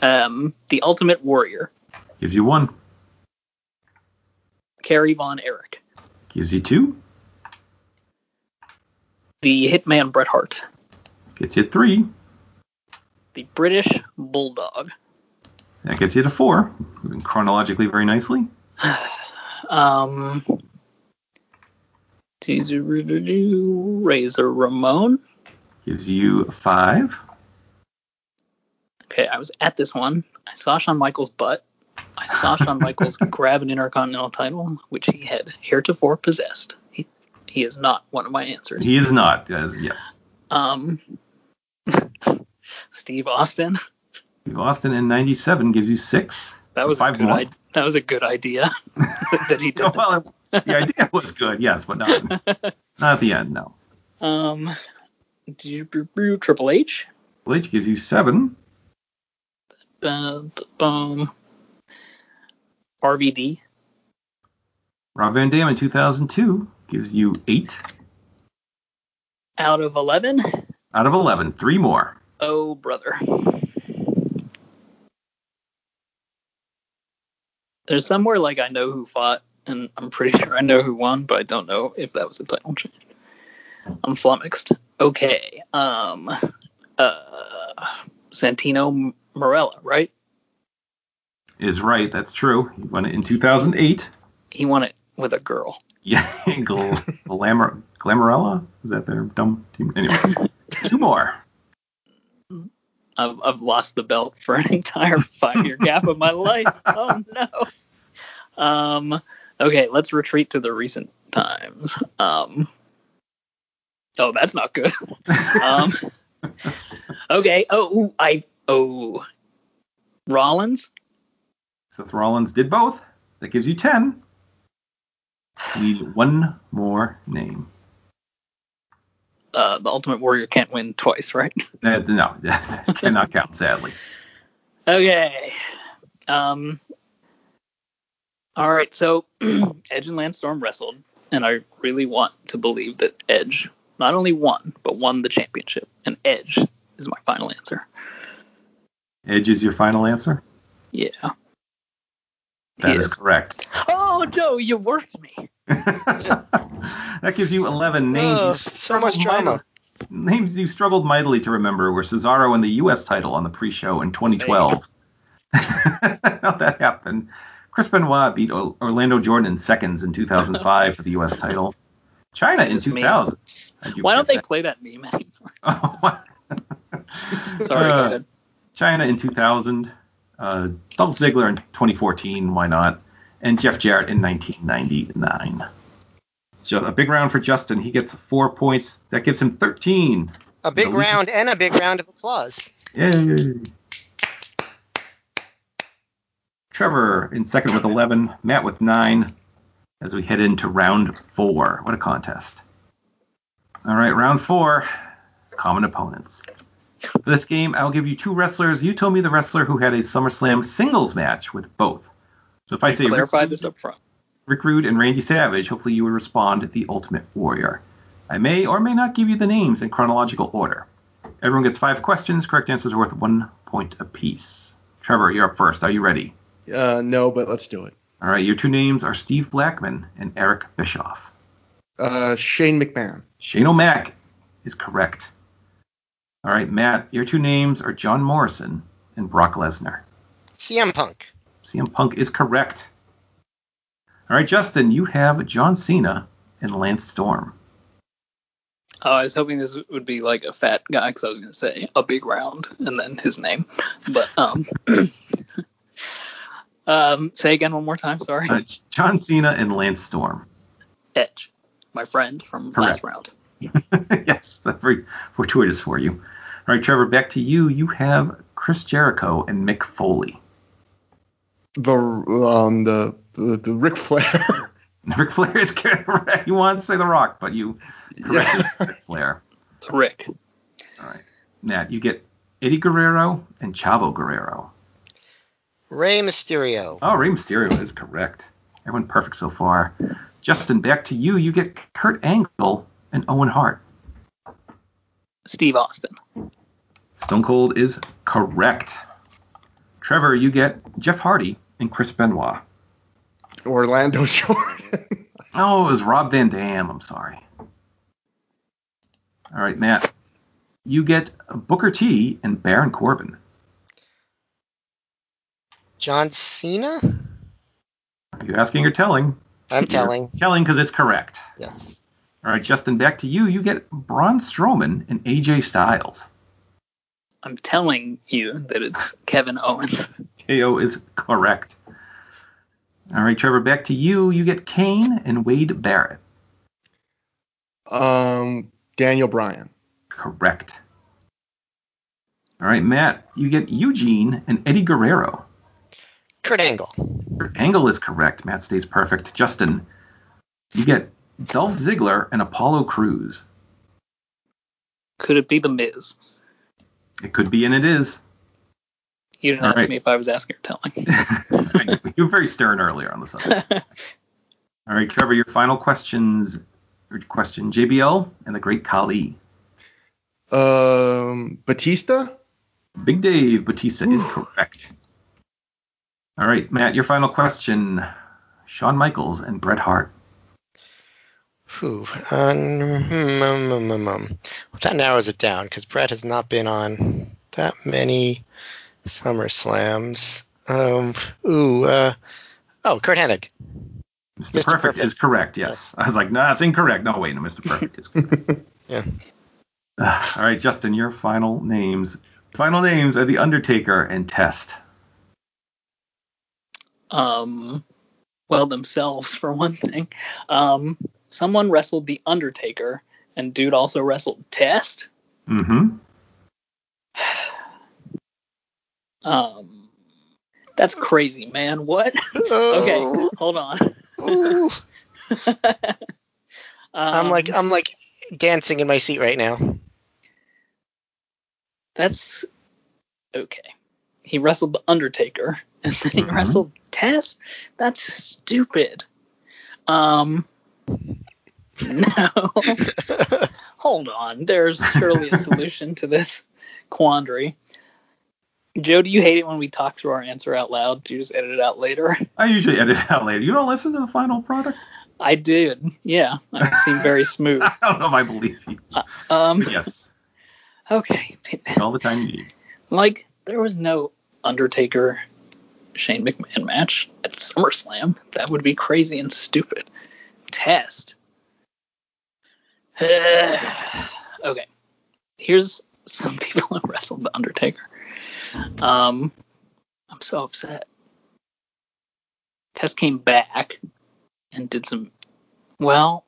S5: Um, the Ultimate Warrior,
S3: Gives you one.
S5: Carrie Von Erich.
S3: Gives you two.
S5: The Hitman Bret Hart.
S3: Gets you three.
S5: The British Bulldog.
S3: That gets you to four. Moving chronologically very nicely.
S5: Um, do- do- do- do- Razor Ramon.
S3: Gives you five.
S5: Okay, I was at this one. I saw Shawn Michaels' butt. I saw Shawn Michaels grab an Intercontinental title, which he had heretofore possessed. He, he is not one of my answers.
S3: He is not. Yes. yes.
S5: Um, Steve Austin.
S3: Austin in 97 gives you six.
S5: That was a
S3: five
S5: good
S3: more.
S5: idea. That was a good idea that he did.
S3: No,
S5: that.
S3: well, the idea was good, yes, but not, not at the end, no.
S5: Um, do you- boo- boo- Triple H.
S3: Triple H gives you seven.
S5: Bum, bum. RVD.
S3: Rob Van Dam in 2002 gives you eight
S5: Out of eleven.
S3: out of 11. Three more.
S5: Oh brother. There's somewhere like I know who fought, and I'm pretty sure I know who won, but I don't know if that was a title change. I'm flummoxed. Okay. Um. Uh. Santino Morella, right?
S3: Is right, that's true. He won it in 2008.
S5: He won it with a girl.
S3: Yeah, Gl- Glamour, Glamorella? Is that their dumb team? Anyway, two more.
S5: I've, I've lost the belt for an entire five year gap of my life. Oh no. Um, okay, let's retreat to the recent times. Um, oh, that's not good. Um, okay. Oh, ooh, I oh Rollins.
S3: Seth Rollins did both. That gives you 10. Need one more name.
S5: Uh, the Ultimate Warrior can't win twice, right?
S3: That, no, that cannot count, sadly.
S5: Okay. Um. All right. So Edge and Landstorm wrestled, and I really want to believe that Edge not only won but won the championship, and Edge is my final answer.
S3: Edge is your final answer?
S5: Yeah.
S3: That is
S5: Yes.
S3: correct.
S5: Oh, Joe, you worked me.
S3: that gives you 11 names.
S4: Oh,
S3: you
S4: so much
S3: struggled
S4: drama.
S3: mightily- Names you struggled mightily to remember were Cesaro and the U.S. title on the pre-show in 2012. How that happened. Chris Benoit beat O- Orlando Jordan in seconds in 2005 for the U.S. title. China in
S5: It's me.
S3: 2000. How'd you
S5: Why don't they
S3: forget
S5: play that meme anymore?
S3: that?
S5: Sorry. go
S3: Uh,
S5: ahead.
S3: China in 2000, uh, Dolph Ziggler in 2014, why not? And Jeff Jarrett in 1999. Ju- a big round for Justin. He gets four points. That gives him 13.
S4: A big
S3: No, we-
S4: round and a big round of applause.
S3: Yay. Trevor in second with 11, Matt with nine as we head into round four. What a contest. All right, round four is common opponents. For this game, I'll give you two wrestlers. You tell me the wrestler who had a SummerSlam singles match with both. So if I say Rick,
S5: Clarify this up front.
S3: Rick Rude and Randy Savage, hopefully you would respond the Ultimate Warrior. I may or may not give you the names in chronological order. Everyone gets five questions. Correct answers worth one point apiece. Trevor, you're up first. Are you ready?
S6: Uh, no, but let's do it.
S3: All right, your two names are Steve Blackman and Eric Bischoff.
S6: Uh, Shane McMahon.
S3: Shane O'Mac is correct. All right, Matt, your two names are John Morrison and Brock Lesnar.
S4: CM Punk.
S3: CM Punk is correct. All right, Justin, you have John Cena and Lance Storm.
S5: Oh, I was hoping this would be like a fat guy because I was going to say a big round and then his name. But um, um, say again one more time. Sorry,
S3: Uh, John Cena and Lance Storm.
S5: Edge, my friend from last
S3: Correct.
S5: round.
S3: yes, that's very fortuitous for you. All right, Trevor, back to you. You have Chris Jericho and Mick Foley.
S6: The um the the, the Ric Flair.
S3: Ric Flair is correct. You want to say The Rock, but you corrected Ric Flair.
S5: Rick,
S3: All right. Matt, you get Eddie Guerrero and Chavo Guerrero.
S4: Rey Mysterio.
S3: Oh, Rey Mysterio is correct. Everyone perfect so far. Justin, back to you. You get Kurt Angle and Owen Hart.
S5: Steve Austin,
S3: Stone Cold is correct. Trevor, you get Jeff Hardy and Chris Benoit.
S6: Orlando Jordan.
S3: Oh, it was Rob Van Dam. I'm sorry. All right, Matt. You get Booker T and Baron Corbin.
S4: John Cena?
S3: Are you asking or telling?
S4: I'm telling.
S3: Telling because it's correct.
S4: Yes.
S3: All right, Justin, back to you. You get Braun Strowman and AJ Styles.
S5: I'm telling you that it's Kevin Owens.
S3: KO is correct. All right, Trevor, back to you. You get Kane and Wade Barrett.
S6: Um Daniel Bryan.
S3: Correct. All right, Matt, you get Eugene and Eddie Guerrero.
S4: Kurt Angle.
S3: Angle is correct. Matt stays perfect. Justin, you get Dolph Ziggler and Apollo Cruz.
S5: Could it be the Miz?
S3: It could be, and it is.
S5: You didn't
S3: All
S5: ask
S3: right.
S5: me if I was asking or telling.
S3: you were very stern earlier on the subject. All right, Trevor, your final questions. your Question JBL and the great Kali.
S6: Um Batista?
S3: Big Dave Batista is correct. All right, Matt, your final question. Shawn Michaels and Bret Hart.
S4: Whew. Um, hmm, um, um, um, um. Well, that narrows it down because Brett has not been on that many SummerSlams. Um, ooh. Uh, oh, Kurt Hennig.
S3: Mr.
S4: Mr.
S3: Perfect,
S4: Perfect.
S3: is correct, yes. I was like, no, that's incorrect. No, wait, no, Mr. Perfect is correct.
S4: Yeah.
S3: Uh, all right, Justin, your final names. Final names are The Undertaker and Test.
S5: um, well themselves for one thing. Um, someone wrestled the Undertaker, and dude also wrestled Test.
S3: Mm-hmm.
S5: Um, that's crazy, man. What? okay, Um,
S4: Oh.
S5: hold on.
S4: Ooh.
S5: um,
S4: I'm like uh, I'm like dancing in my seat right now.
S5: that's okay. He wrestled the Undertaker, and then he
S3: Mhm.
S5: wrestled Test. That's stupid. Um, no. hold on. There's surely a solution to this quandary. Joe, do you hate it when we talk through our answer out loud? Do you just edit it out later?
S3: I usually edit it out later. You don't listen to the final product?
S5: I did. Yeah, I seem very smooth.
S3: I don't know if I believe you.
S5: Um,
S3: Yes,
S5: okay.
S3: all the time you need.
S5: Like there was no Undertaker Shane McMahon match at SummerSlam. That would be crazy and stupid. Test. okay. Here's some people who wrestled the Undertaker. Um, I'm so upset. Test came back and did some. Well,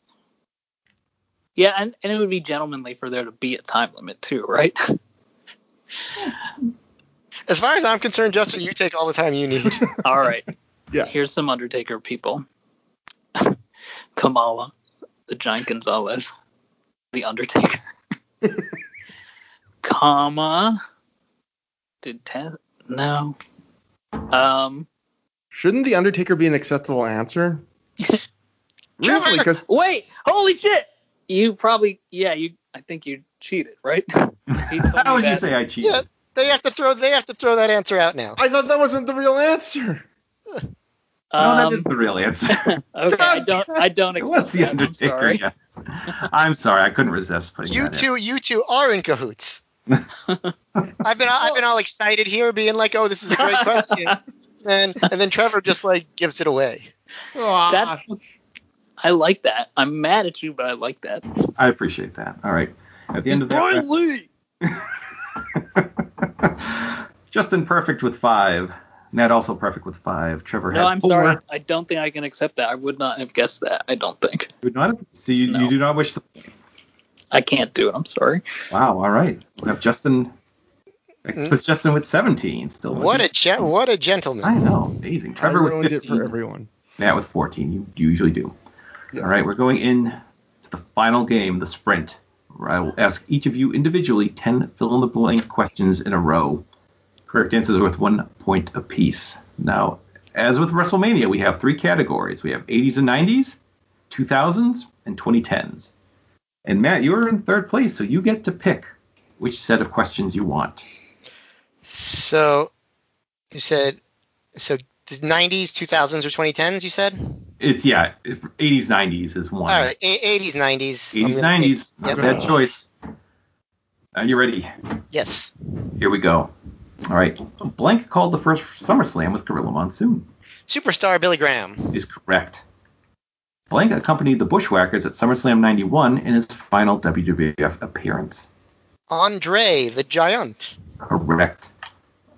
S5: yeah, and, and it would be gentlemanly for there to be a time limit too, right?
S4: As far as I'm concerned, Justin, you take all the time you need.
S5: All right.
S6: Yeah.
S5: Here's some Undertaker people. Kamala, the Giant Gonzalez, the Undertaker. Comma. Did ten? No. Um.
S6: Shouldn't the Undertaker be an acceptable answer? really? Because
S5: Wait. Holy shit. You probably. Yeah. You. I think you cheated, right? He told me
S3: How would you
S5: that.
S3: say I cheated?
S4: yeah, they have to throw they have to throw that answer out now.
S6: I thought that wasn't the real answer.
S3: No,
S5: Um,
S3: that is the real answer.
S5: okay. I don't. I don't
S3: It was
S5: accept
S3: the
S5: that. I'm
S3: Undertaker.
S5: sorry.
S3: Yes. I'm sorry. I couldn't resist putting
S4: You
S3: that in.
S4: two, you two are in cahoots. I've been I've been all excited here, being like, oh, this is a great question. then and then Trevor just like gives it away.
S5: That's I like that. I'm mad at you, but I like that.
S3: I appreciate that. All right. At the end of
S5: Brian
S3: that,
S5: Lee.
S3: Justin perfect with five. Nat also perfect with five. Trevor
S5: No,
S3: had
S5: I'm
S3: four.
S5: sorry. I don't think I can accept that. I would not have guessed that. I don't think.
S3: You would not have- so you, you
S5: No.
S3: do not wish the.
S5: I can't do it. I'm sorry.
S3: Wow. All right. We'll have Justin. That puts Justin with 17. Still.
S4: Hmm? What a
S3: chat.
S4: gen- what a
S3: I
S4: gentleman.
S3: know. Amazing.
S6: I
S3: Trevor with
S6: ruined it
S3: 15.
S6: for everyone.
S3: Nat with 14. You, you usually do.
S6: Yes.
S3: All right, we're going in to the final game, the sprint. Where I will ask each of you individually 10 fill in the blank questions in a row. Correct answers are worth one point apiece. Now, as with WrestleMania, we have three categories we have 80s and 90s, 2000s, and 2010s. And Matt, you're in third place, so you get to pick which set of questions you want.
S4: So you said so the 90s, 2000s, or 2010s? You said.
S3: It's, yeah, 80s, 90s is one.
S4: All right, a- 80s, 90s. I'm
S3: 80s,
S4: gonna pick-
S3: 90s, not a bad choice. Are you ready?
S4: Yes.
S3: Here we go. All right. Blank called the first SummerSlam with Gorilla Monsoon
S4: Superstar Billy Graham.
S3: is correct. Blank accompanied the Bushwhackers at SummerSlam 91 in his final WWF appearance.
S4: Andre the Giant.
S3: Correct.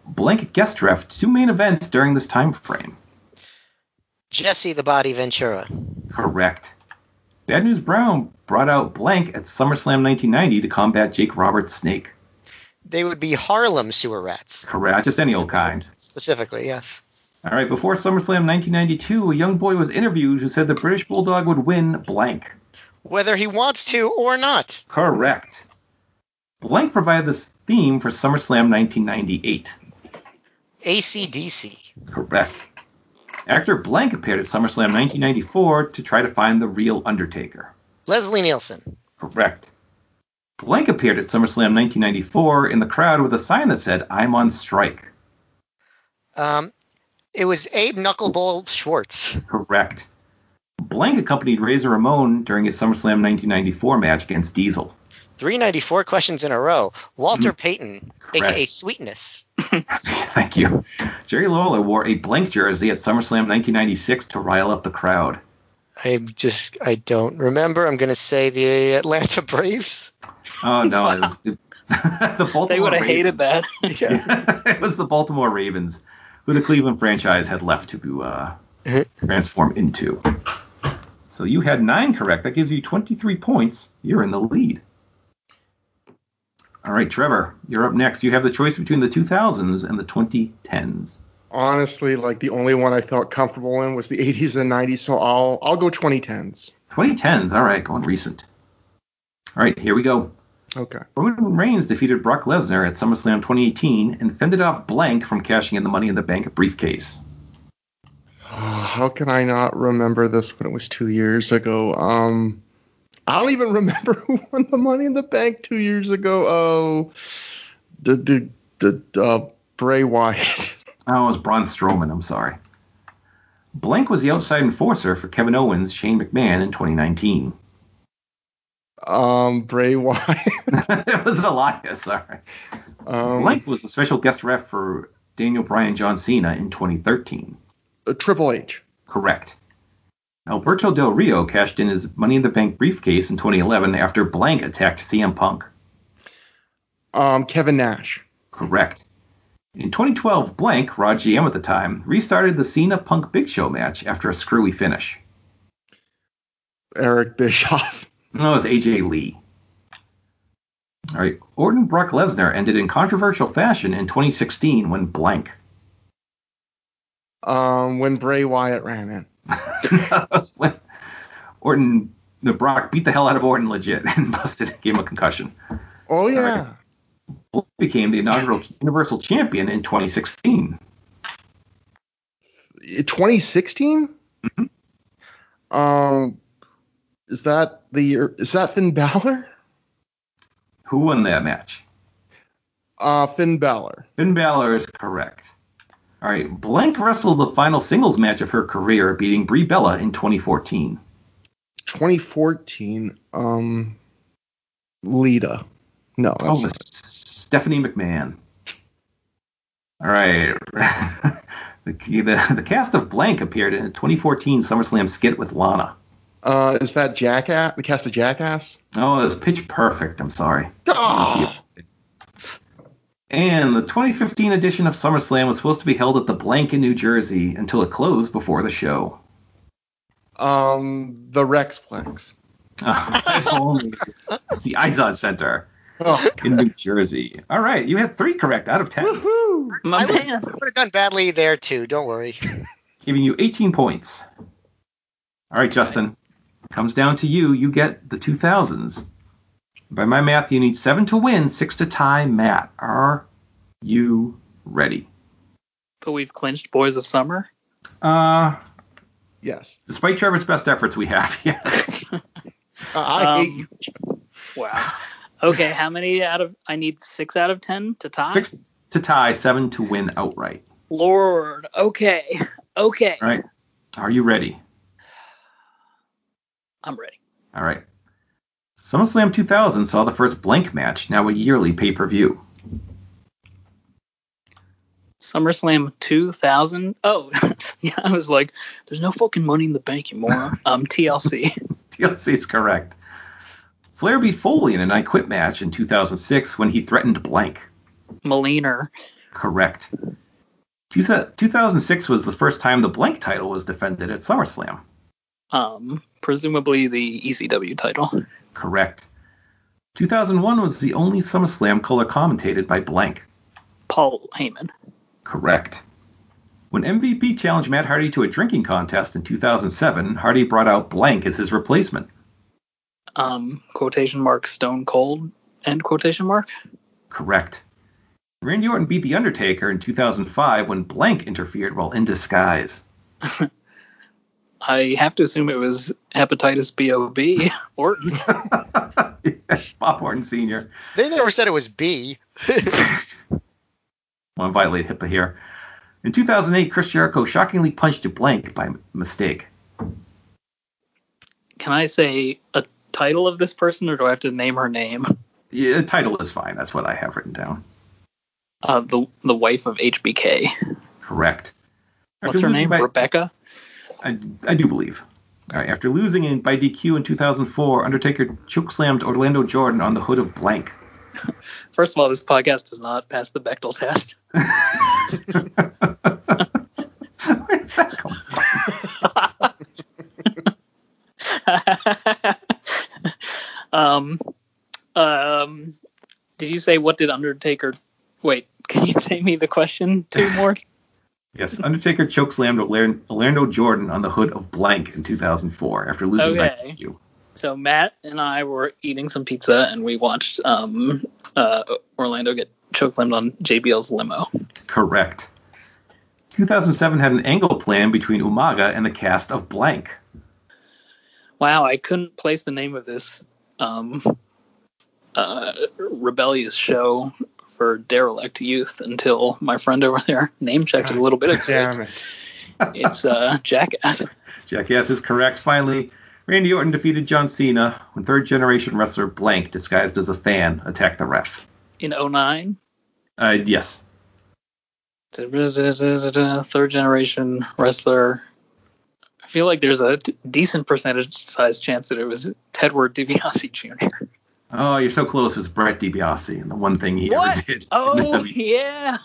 S3: Blank guest ref two main events during this time frame.
S4: Jesse the Body Ventura.
S3: Correct. Bad News Brown brought out Blank at SummerSlam 1990 to combat Jake Roberts' Snake.
S4: They would be Harlem sewer rats,
S3: Correct. Just any old kind.
S4: specifically. Yes.
S3: All right. Before SummerSlam 1992, a young boy was interviewed who said the British Bulldog would win Blank.
S4: Whether he wants to or not.
S3: Correct. Blank provided this theme for SummerSlam 1998.
S4: ACDC.
S3: Correct. Actor Blank appeared at SummerSlam 1994 to try to find the real Undertaker.
S4: Leslie Nielsen.
S3: Correct. Blank appeared at SummerSlam 1994 in the crowd with a sign that said, I'm on strike.
S4: Um, it was Abe Knuckleball Schwartz.
S3: Correct. Blank accompanied Razor Ramon during his SummerSlam 1994 match against Diesel.
S4: 394 questions in a row. Walter Payton, aka
S3: Correct.
S4: Sweetness.
S3: Thank you. Jerry Lawler wore a blank jersey at SummerSlam 1996 to rile up the crowd.
S4: I just, I don't remember. I'm going to say the Atlanta Braves.
S3: Oh no, it was the, the Baltimore.
S5: They would have hated that.
S3: that. it was the Baltimore Ravens, who the Cleveland franchise had left to uh, transform into. So you had nine correct. That gives you 23 points. You're in the lead. All right, Trevor, you're up next. You have the choice between the 2000s and the 2010s.
S6: Honestly, like the only one I felt comfortable in was the 80s and 90s, so I'll I'll go 2010s.
S3: 2010s. All right, going recent. All right, here we go.
S6: Okay.
S3: Roman Reigns defeated Brock Lesnar at SummerSlam 2018 and fended off Blank from cashing in the Money in the Bank briefcase.
S6: Uh, How can I not remember this when it was two years ago? Um, I don't even remember who won the Money in the Bank two years ago. Oh, the the the uh, Bray Wyatt.
S3: Oh, it was Braun Strowman. I'm sorry. Blank was the outside enforcer for Kevin Owens, Shane McMahon in 2019.
S6: Um, Bray Wyatt.
S3: it was Elias. Sorry.
S6: Um,
S3: Blank was the special guest ref for Daniel Bryan, John Cena in 2013.
S6: uh, Triple H.
S3: Correct. Alberto Del Rio cashed in his Money in the Bank briefcase in 2011 after Blank attacked CM Punk.
S6: Um, Kevin Nash.
S3: Correct. In 2012, Blank, Rod GM at the time, restarted the Cena Punk Big Show match after a screwy finish.
S6: Eric Bischoff.
S3: No, it's AJ Lee. All right. Orton Brock Lesnar ended in controversial fashion in 2016 when blank.
S6: Um, when Bray Wyatt ran in.
S3: Orton, the Brock beat the hell out of Orton legit and busted, gave him a concussion.
S6: Oh yeah.
S3: Blank became the inaugural Universal Champion in 2016.
S6: 2016. Um, is that the year? Is that Finn Balor?
S3: Who won that match?
S6: Uh, Finn Balor.
S3: Finn Balor is correct. All right. Blank wrestled the final singles match of her career, beating Brie Bella in 2014.
S6: 2014. Um, Lita. No, that's
S3: oh,
S6: not-
S3: Stephanie McMahon. All right. The, the, the cast of Blank appeared in a 2014 SummerSlam skit with Lana.
S6: Uh, is that Jackass? The cast of Jackass?
S3: Oh, that's Pitch Perfect. I'm sorry. Ah!
S6: Oh,
S3: And the 2015 edition of SummerSlam was supposed to be held at the Blank in New Jersey until it closed before the show.
S6: um, the Rexplex.
S3: Oh, if only. it's the Izod Center
S6: Oh,
S3: in New Jersey. All right, you had three correct out of 10,
S5: My
S4: I would
S5: man.
S4: have done badly there too. Don't worry.
S3: giving you 18 points. All right, Justin, comes down to you. You get the 2000s. By my math, you need seven to win, six to tie. Matt, are you ready?
S5: But we've clinched Boys of Summer.
S3: Uh,
S6: yes.
S3: despite Trevor's best efforts, we have. Yes.
S6: Uh, I
S5: Um,
S6: hate you.
S5: Wow. Okay, how many out of I need six out of ten to tie?
S3: Six to tie, seven to win outright.
S5: Lord. Okay. Okay.
S3: All right. Are you ready?
S5: I'm ready.
S3: All right. SummerSlam 2000 saw the first blank match, now a yearly pay per view.
S5: SummerSlam 2000. Oh, yeah. I was like, there's no fucking money in the bank, you moron. Um, TLC.
S3: DLC is correct. Flair beat Foley in an I Quit match in 2006 when he threatened blank.
S5: Moliner.
S3: Correct. Two thou- 2006 was the first time the blank title was defended at SummerSlam.
S5: Um, presumably the ECW title.
S3: Correct. 2001 was the only SummerSlam color commentated by blank.
S5: Paul Heyman.
S3: Correct. When MVP challenged Matt Hardy to a drinking contest in 2007, Hardy brought out blank as his replacement.
S5: Um, quotation mark Stone Cold. End quotation mark.
S3: Correct. Randy Orton beat The Undertaker in 2005 when blank interfered while in disguise.
S5: I have to assume it was hepatitis B.O.B. Orton.
S3: Bob Orton Sr.
S4: They never said it was B.
S3: want to violate HIPAA here. In 2008, Chris Jericho shockingly punched a blank by mistake.
S5: Can I say a title of this person, or do I have to name her name?
S3: Yeah, title is fine. That's what I have written down.
S5: Uh, the the wife of HBK.
S3: Correct.
S5: What's
S3: After
S5: her
S3: losing
S5: name?
S3: by-
S5: Rebecca.
S3: I, I do believe. All right, after losing in by DQ in 2004, Undertaker chokeslammed Orlando Jordan on the hood of blank.
S5: First of all, this podcast does not pass the Bechtel test.
S3: Where did that come from?
S5: um, um, did you say what did Undertaker? Wait, can you say me the question two more?
S3: Yes, Undertaker chokeslammed Orlan- Orlando Jordan on the hood of blank in 2004 after losing by
S5: Okay.
S3: DQ.
S5: so Matt and I were eating some pizza and we watched um, uh, Orlando get chokeslammed on JBL's limo.
S3: Correct. 2007 had an angle plan between Umaga and the cast of blank.
S5: Wow, I couldn't place the name of this um, uh, rebellious show for derelict youth until my friend over there name checked it a little bit. ago.
S6: Damn it.
S5: It's uh, Jackass.
S3: Jackass is correct. Finally, Randy Orton defeated John Cena when third generation wrestler blank, disguised as a fan, attacked the ref.
S5: in 09
S3: Uh, yes,
S5: third generation wrestler i feel like there's a d- decent percentage size chance that it was tedward DiBiase jr
S3: Oh, you're so close with Brett DiBiase and the one thing he ever
S5: what
S3: did.
S5: oh yeah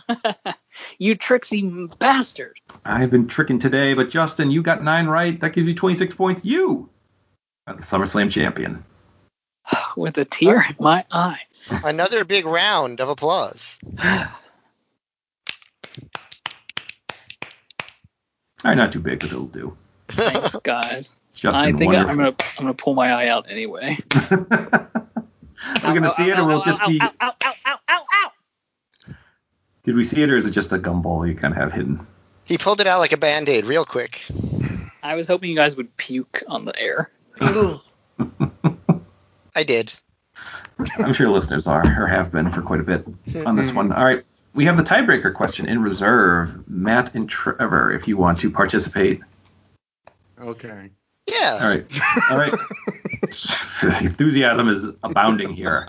S5: you tricksy bastard
S3: I've been tricking today, but Justin, you got nine right. That gives you 26 points. You are the SummerSlam champion.
S5: with a tear in my eye
S4: Another big round of applause.
S3: All right, not too big, but it'll do.
S5: thanks guys
S3: Justin,
S5: i think i'm
S3: wonderful.
S5: gonna i'm gonna pull my eye out anyway
S3: We're gonna
S5: Ow,
S3: see
S5: ow,
S3: it, or
S5: ow,
S3: we'll
S5: ow,
S3: just
S5: ow,
S3: be.
S5: ow, ow, ow, ow, ow, ow.
S3: Did we see it, or is it just a gumball you kind of have hidden?
S4: He pulled it out like a band aid real quick.
S5: i was hoping you guys would puke on the air
S4: I did.
S3: I'm sure listeners are or have been for quite a bit on this one. All right, we have the tiebreaker question in reserve. Matt and Trevor, if you want to participate.
S6: Okay.
S4: Yeah.
S3: All right. All right. enthusiasm is abounding here.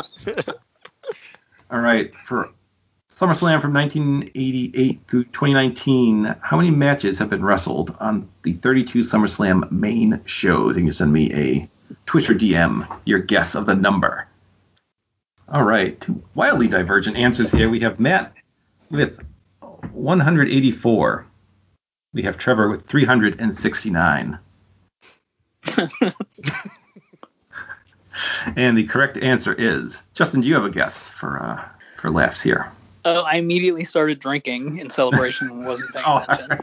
S3: All right. For SummerSlam from 1988 through 2019, how many matches have been wrestled on the 32 SummerSlam main shows? And you send me a Twitter DM your guess of the number. All right, two wildly divergent answers here. We have Matt with 184. We have Trevor with 369. and the correct answer is Justin. Do you have a guess for uh, for laughs here?
S5: Oh, I immediately started drinking in celebration and wasn't paying
S3: Oh,
S5: attention.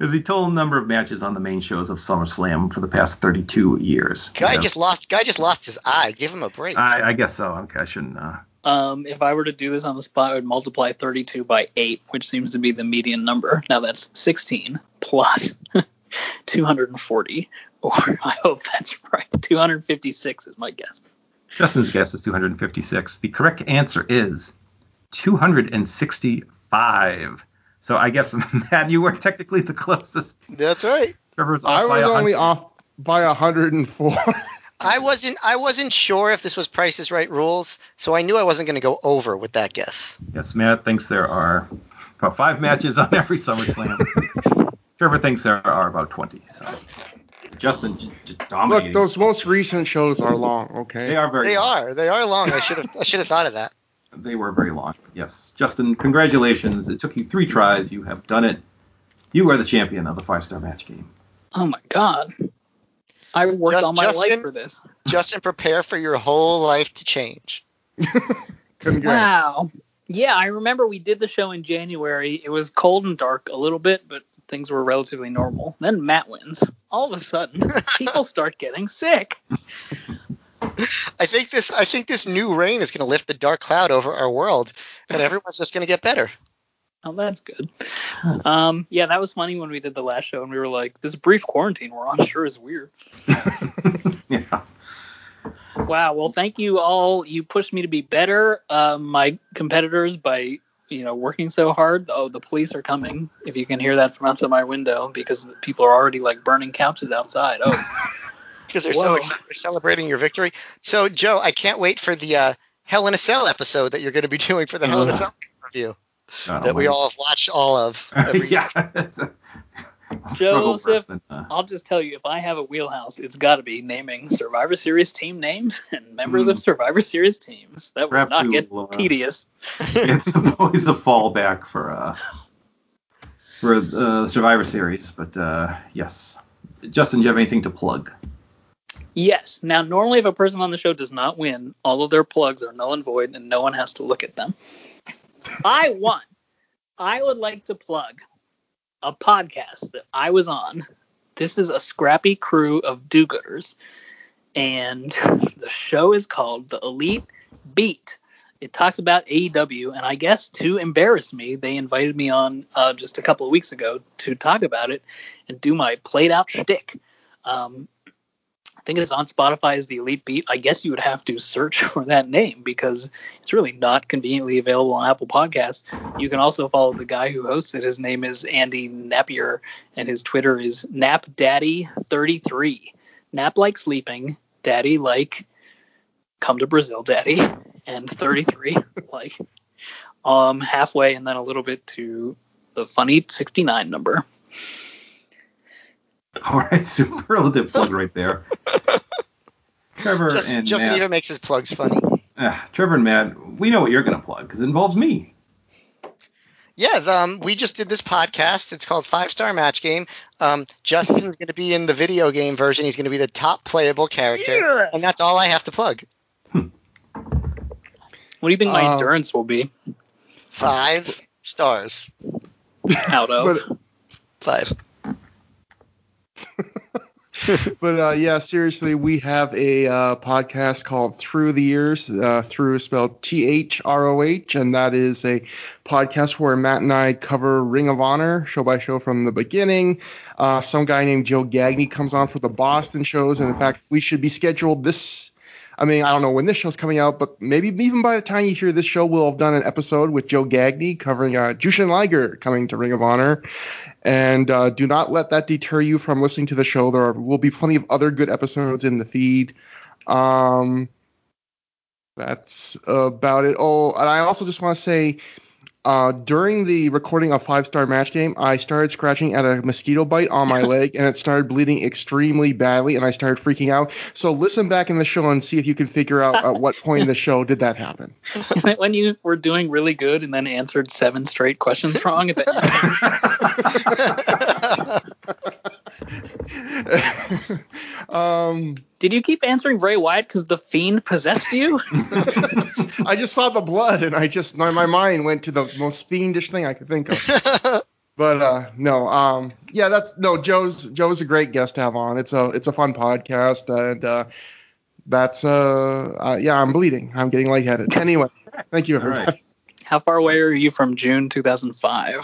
S3: is the total number of matches on the main shows of SummerSlam for the past 32 years?
S4: Guy
S3: Yeah. Ah.
S4: just lost. Guy just lost his eye. Give him a break.
S3: I, I guess so. Okay, I shouldn't. Uh,
S5: Um, if I were to do this on the spot, I would multiply 32 by 8, which seems to be the median number. Now that's 16 plus 240, or I hope that's right. 256 is my guess.
S3: Justin's guess is 256. The correct answer is 265. So I guess Matt, you were technically the closest.
S4: That's right.
S3: Trevor's off
S6: I
S3: by
S6: was
S3: a
S6: only
S3: hundred.
S6: off by 104.
S4: I wasn't. I wasn't sure if this was Price is Right rules, so I knew I wasn't going to go over with that guess.
S3: Yes, Matt thinks there are about five matches on every SummerSlam. Trevor thinks there are about 20. So Justin j- j- dominating.
S6: Look, those most recent shows are long. Okay.
S3: they are very.
S4: They
S3: long.
S4: are. They are long. I should have. I should have thought of that.
S3: they were very long. But yes, Justin, congratulations. It took you three tries. You have done it. You are the champion of the five star match game.
S5: Oh my God. I worked
S4: Just-
S5: all my
S4: Justin?
S5: life for this.
S4: Justin, prepare for your whole life to change.
S6: Congrats.
S5: Wow. Yeah, I remember we did the show in January. It was cold and dark a little bit, but things were relatively normal. Then Matt wins. All of a sudden, people start getting sick.
S4: I think this. I think this new rain is going to lift the dark cloud over our world, and everyone's just going to get better.
S5: Oh, that's good. Um, yeah, that was funny when we did the last show and we were like, this brief quarantine we're on sure is weird.
S3: Yeah.
S5: Wow. Well, thank you all. You pushed me to be better. Um, my competitors by you know working so hard. Oh, the police are coming. If you can hear that from outside my window, because people are already like burning couches outside. Oh,
S4: because they're so
S5: Whoa.
S4: excited they're celebrating your victory. So, Joe, I can't wait for the uh, Hell in a Cell episode that you're going to be doing for the Hell in a
S3: Ugh.
S4: Cell review
S3: I don't
S4: that we
S3: mind.
S4: all have watched all of. Every
S3: yeah. I'll struggle worse
S5: Joseph.
S3: than, uh,
S5: I'll just tell you, if I have a wheelhouse, it's got to be naming Survivor Series team names and members
S3: Hmm.
S5: of Survivor Series teams. That will
S3: Perhaps
S5: not
S3: we
S5: get
S3: will, uh,
S5: tedious.
S3: it's always a fallback for uh for the Survivor Series, but uh, yes. Justin, do you have anything to plug?
S5: Yes. Now, normally, if a person on the show does not win, all of their plugs are null and void, and no one has to look at them. I won. I would like to plug a podcast that I was on. This is a scrappy crew of do gooders, and the show is called The Elite Beat. It talks about AEW, and I guess to embarrass me, they invited me on uh, just a couple of weeks ago to talk about it and do my played out shtick. Um, I think it's on Spotify as the Elite Beat. I guess you would have to search for that name because it's really not conveniently available on Apple Podcasts. You can also follow the guy who hosts it. His name is Andy Napier, and his Twitter is NapDaddy33. Nap like sleeping, daddy like come to Brazil, daddy, and 33 like um halfway and then a little bit to the funny 69 number.
S3: All right, superlative plug right there. Trevor
S4: Just-
S3: and
S4: Justin
S3: Matt.
S4: even makes his plugs funny.
S3: Ah, Trevor and Matt, we know what you're going to plug because it involves me.
S4: Yeah, the, um, we just did this podcast. It's called Five Star Match Game. Um, Justin's going to be in the video game version. He's going to be the top playable character,
S5: Yes.
S4: and that's all I have to plug.
S5: What do you think my
S6: Um,
S5: endurance will be
S4: Five stars.
S5: out of?
S6: But
S4: Five.
S6: But uh, yeah, seriously, we have a uh, podcast called Through the Years, uh, through spelled T H R O H, and that is a podcast where Matt and I cover Ring of Honor show by show from the beginning. Uh, some guy named Joe Gagney comes on for the Boston shows, and in fact, we should be scheduled this. I mean, I don't know when this show's coming out, but maybe even by the time you hear this show, we'll have done an episode with Joe Gagney covering uh, Jushin Liger coming to Ring of Honor. And uh, do not let that deter you from listening to the show. There are, will be plenty of other good episodes in the feed. Um, that's about it. Oh, and I also just want to say uh, during the recording of Five Star Match Game, I started scratching at a mosquito bite on my leg and it started bleeding extremely badly and I started freaking out. So listen back in the show and see if you can figure out at what point in the show did that happen.
S5: Isn't it when you were doing really good and then answered seven straight questions wrong? At the end?
S6: um,
S5: Did you keep answering Bray Wyatt because the fiend possessed you?
S6: I just saw the blood and I just my, my mind went to the most fiendish thing I could think of. but uh, no, um, yeah, that's no Joe's Joe's a great guest to have on. It's a it's a fun podcast and uh, that's uh, uh yeah, I'm bleeding. I'm getting lightheaded. Anyway, thank you
S3: All
S6: everybody.
S3: right.
S5: How far away are you from June 2005?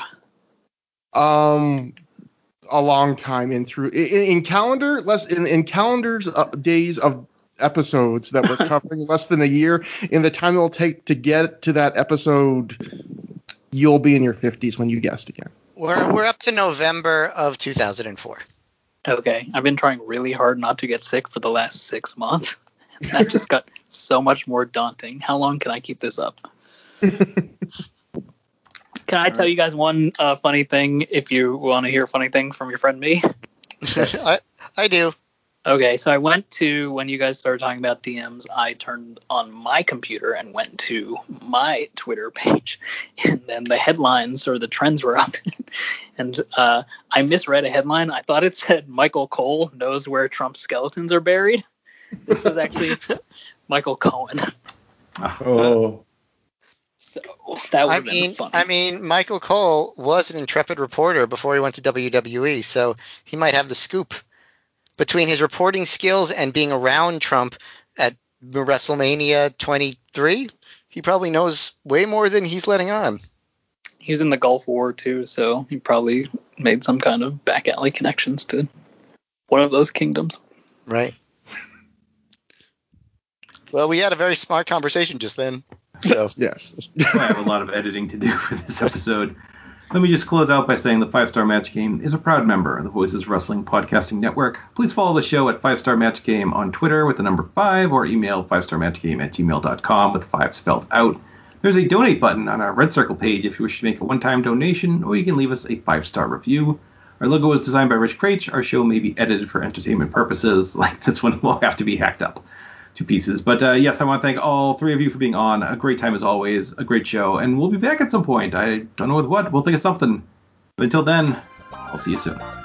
S6: Um, a long time in through in, in calendar less in in calendars uh, days of episodes that we're covering less than a year in the time it'll take to get to that episode you'll be in your 50s when you guessed again
S4: We're we're up to November of 2004.
S5: Okay, I've been trying really hard not to get sick for the last six months. That just got so much more daunting. How long can I keep this up? Can I tell you guys one uh, funny thing if you want to hear a funny thing from your friend me?
S4: I, I do.
S5: Okay, so I went to when you guys started talking about DMs, I turned on my computer and went to my Twitter page, and then the headlines or the trends were up, and uh, I misread a headline. I thought it said Michael Cole knows where Trump's skeletons are buried. This was actually Michael Cohen.
S6: oh
S5: So that would
S4: I
S5: have been
S4: mean,
S5: funny.
S4: I mean, Michael Cole was an intrepid reporter before he went to WWE, so he might have the scoop. Between his reporting skills and being around Trump at WrestleMania 23, he probably knows way more than he's letting on.
S5: he was in the Gulf War too, so he probably made some kind of back alley connections to one of those kingdoms.
S4: Right. Well, we had a very smart conversation just then. So
S6: yes
S3: I have a lot of editing to do for this episode. Let me just close out by saying the Five Star Match Game is a proud member of the Voices Wrestling Podcasting Network. Please follow the show at Five Star Match Game on Twitter with the number five or email five star match game at gmail.com with five spelled out. There's a donate button on our Red Circle page if you wish to make a one time donation, or you can leave us a five star review. Our logo was designed by Rich Craich. Our show may be edited for entertainment purposes, like this one will have to be hacked up two pieces. But uh, yes, I want to thank all three of you for being on. A great time as always, a great show, and we'll be back at some point. I don't know with what. We'll think of something. But until then, I'll see you soon.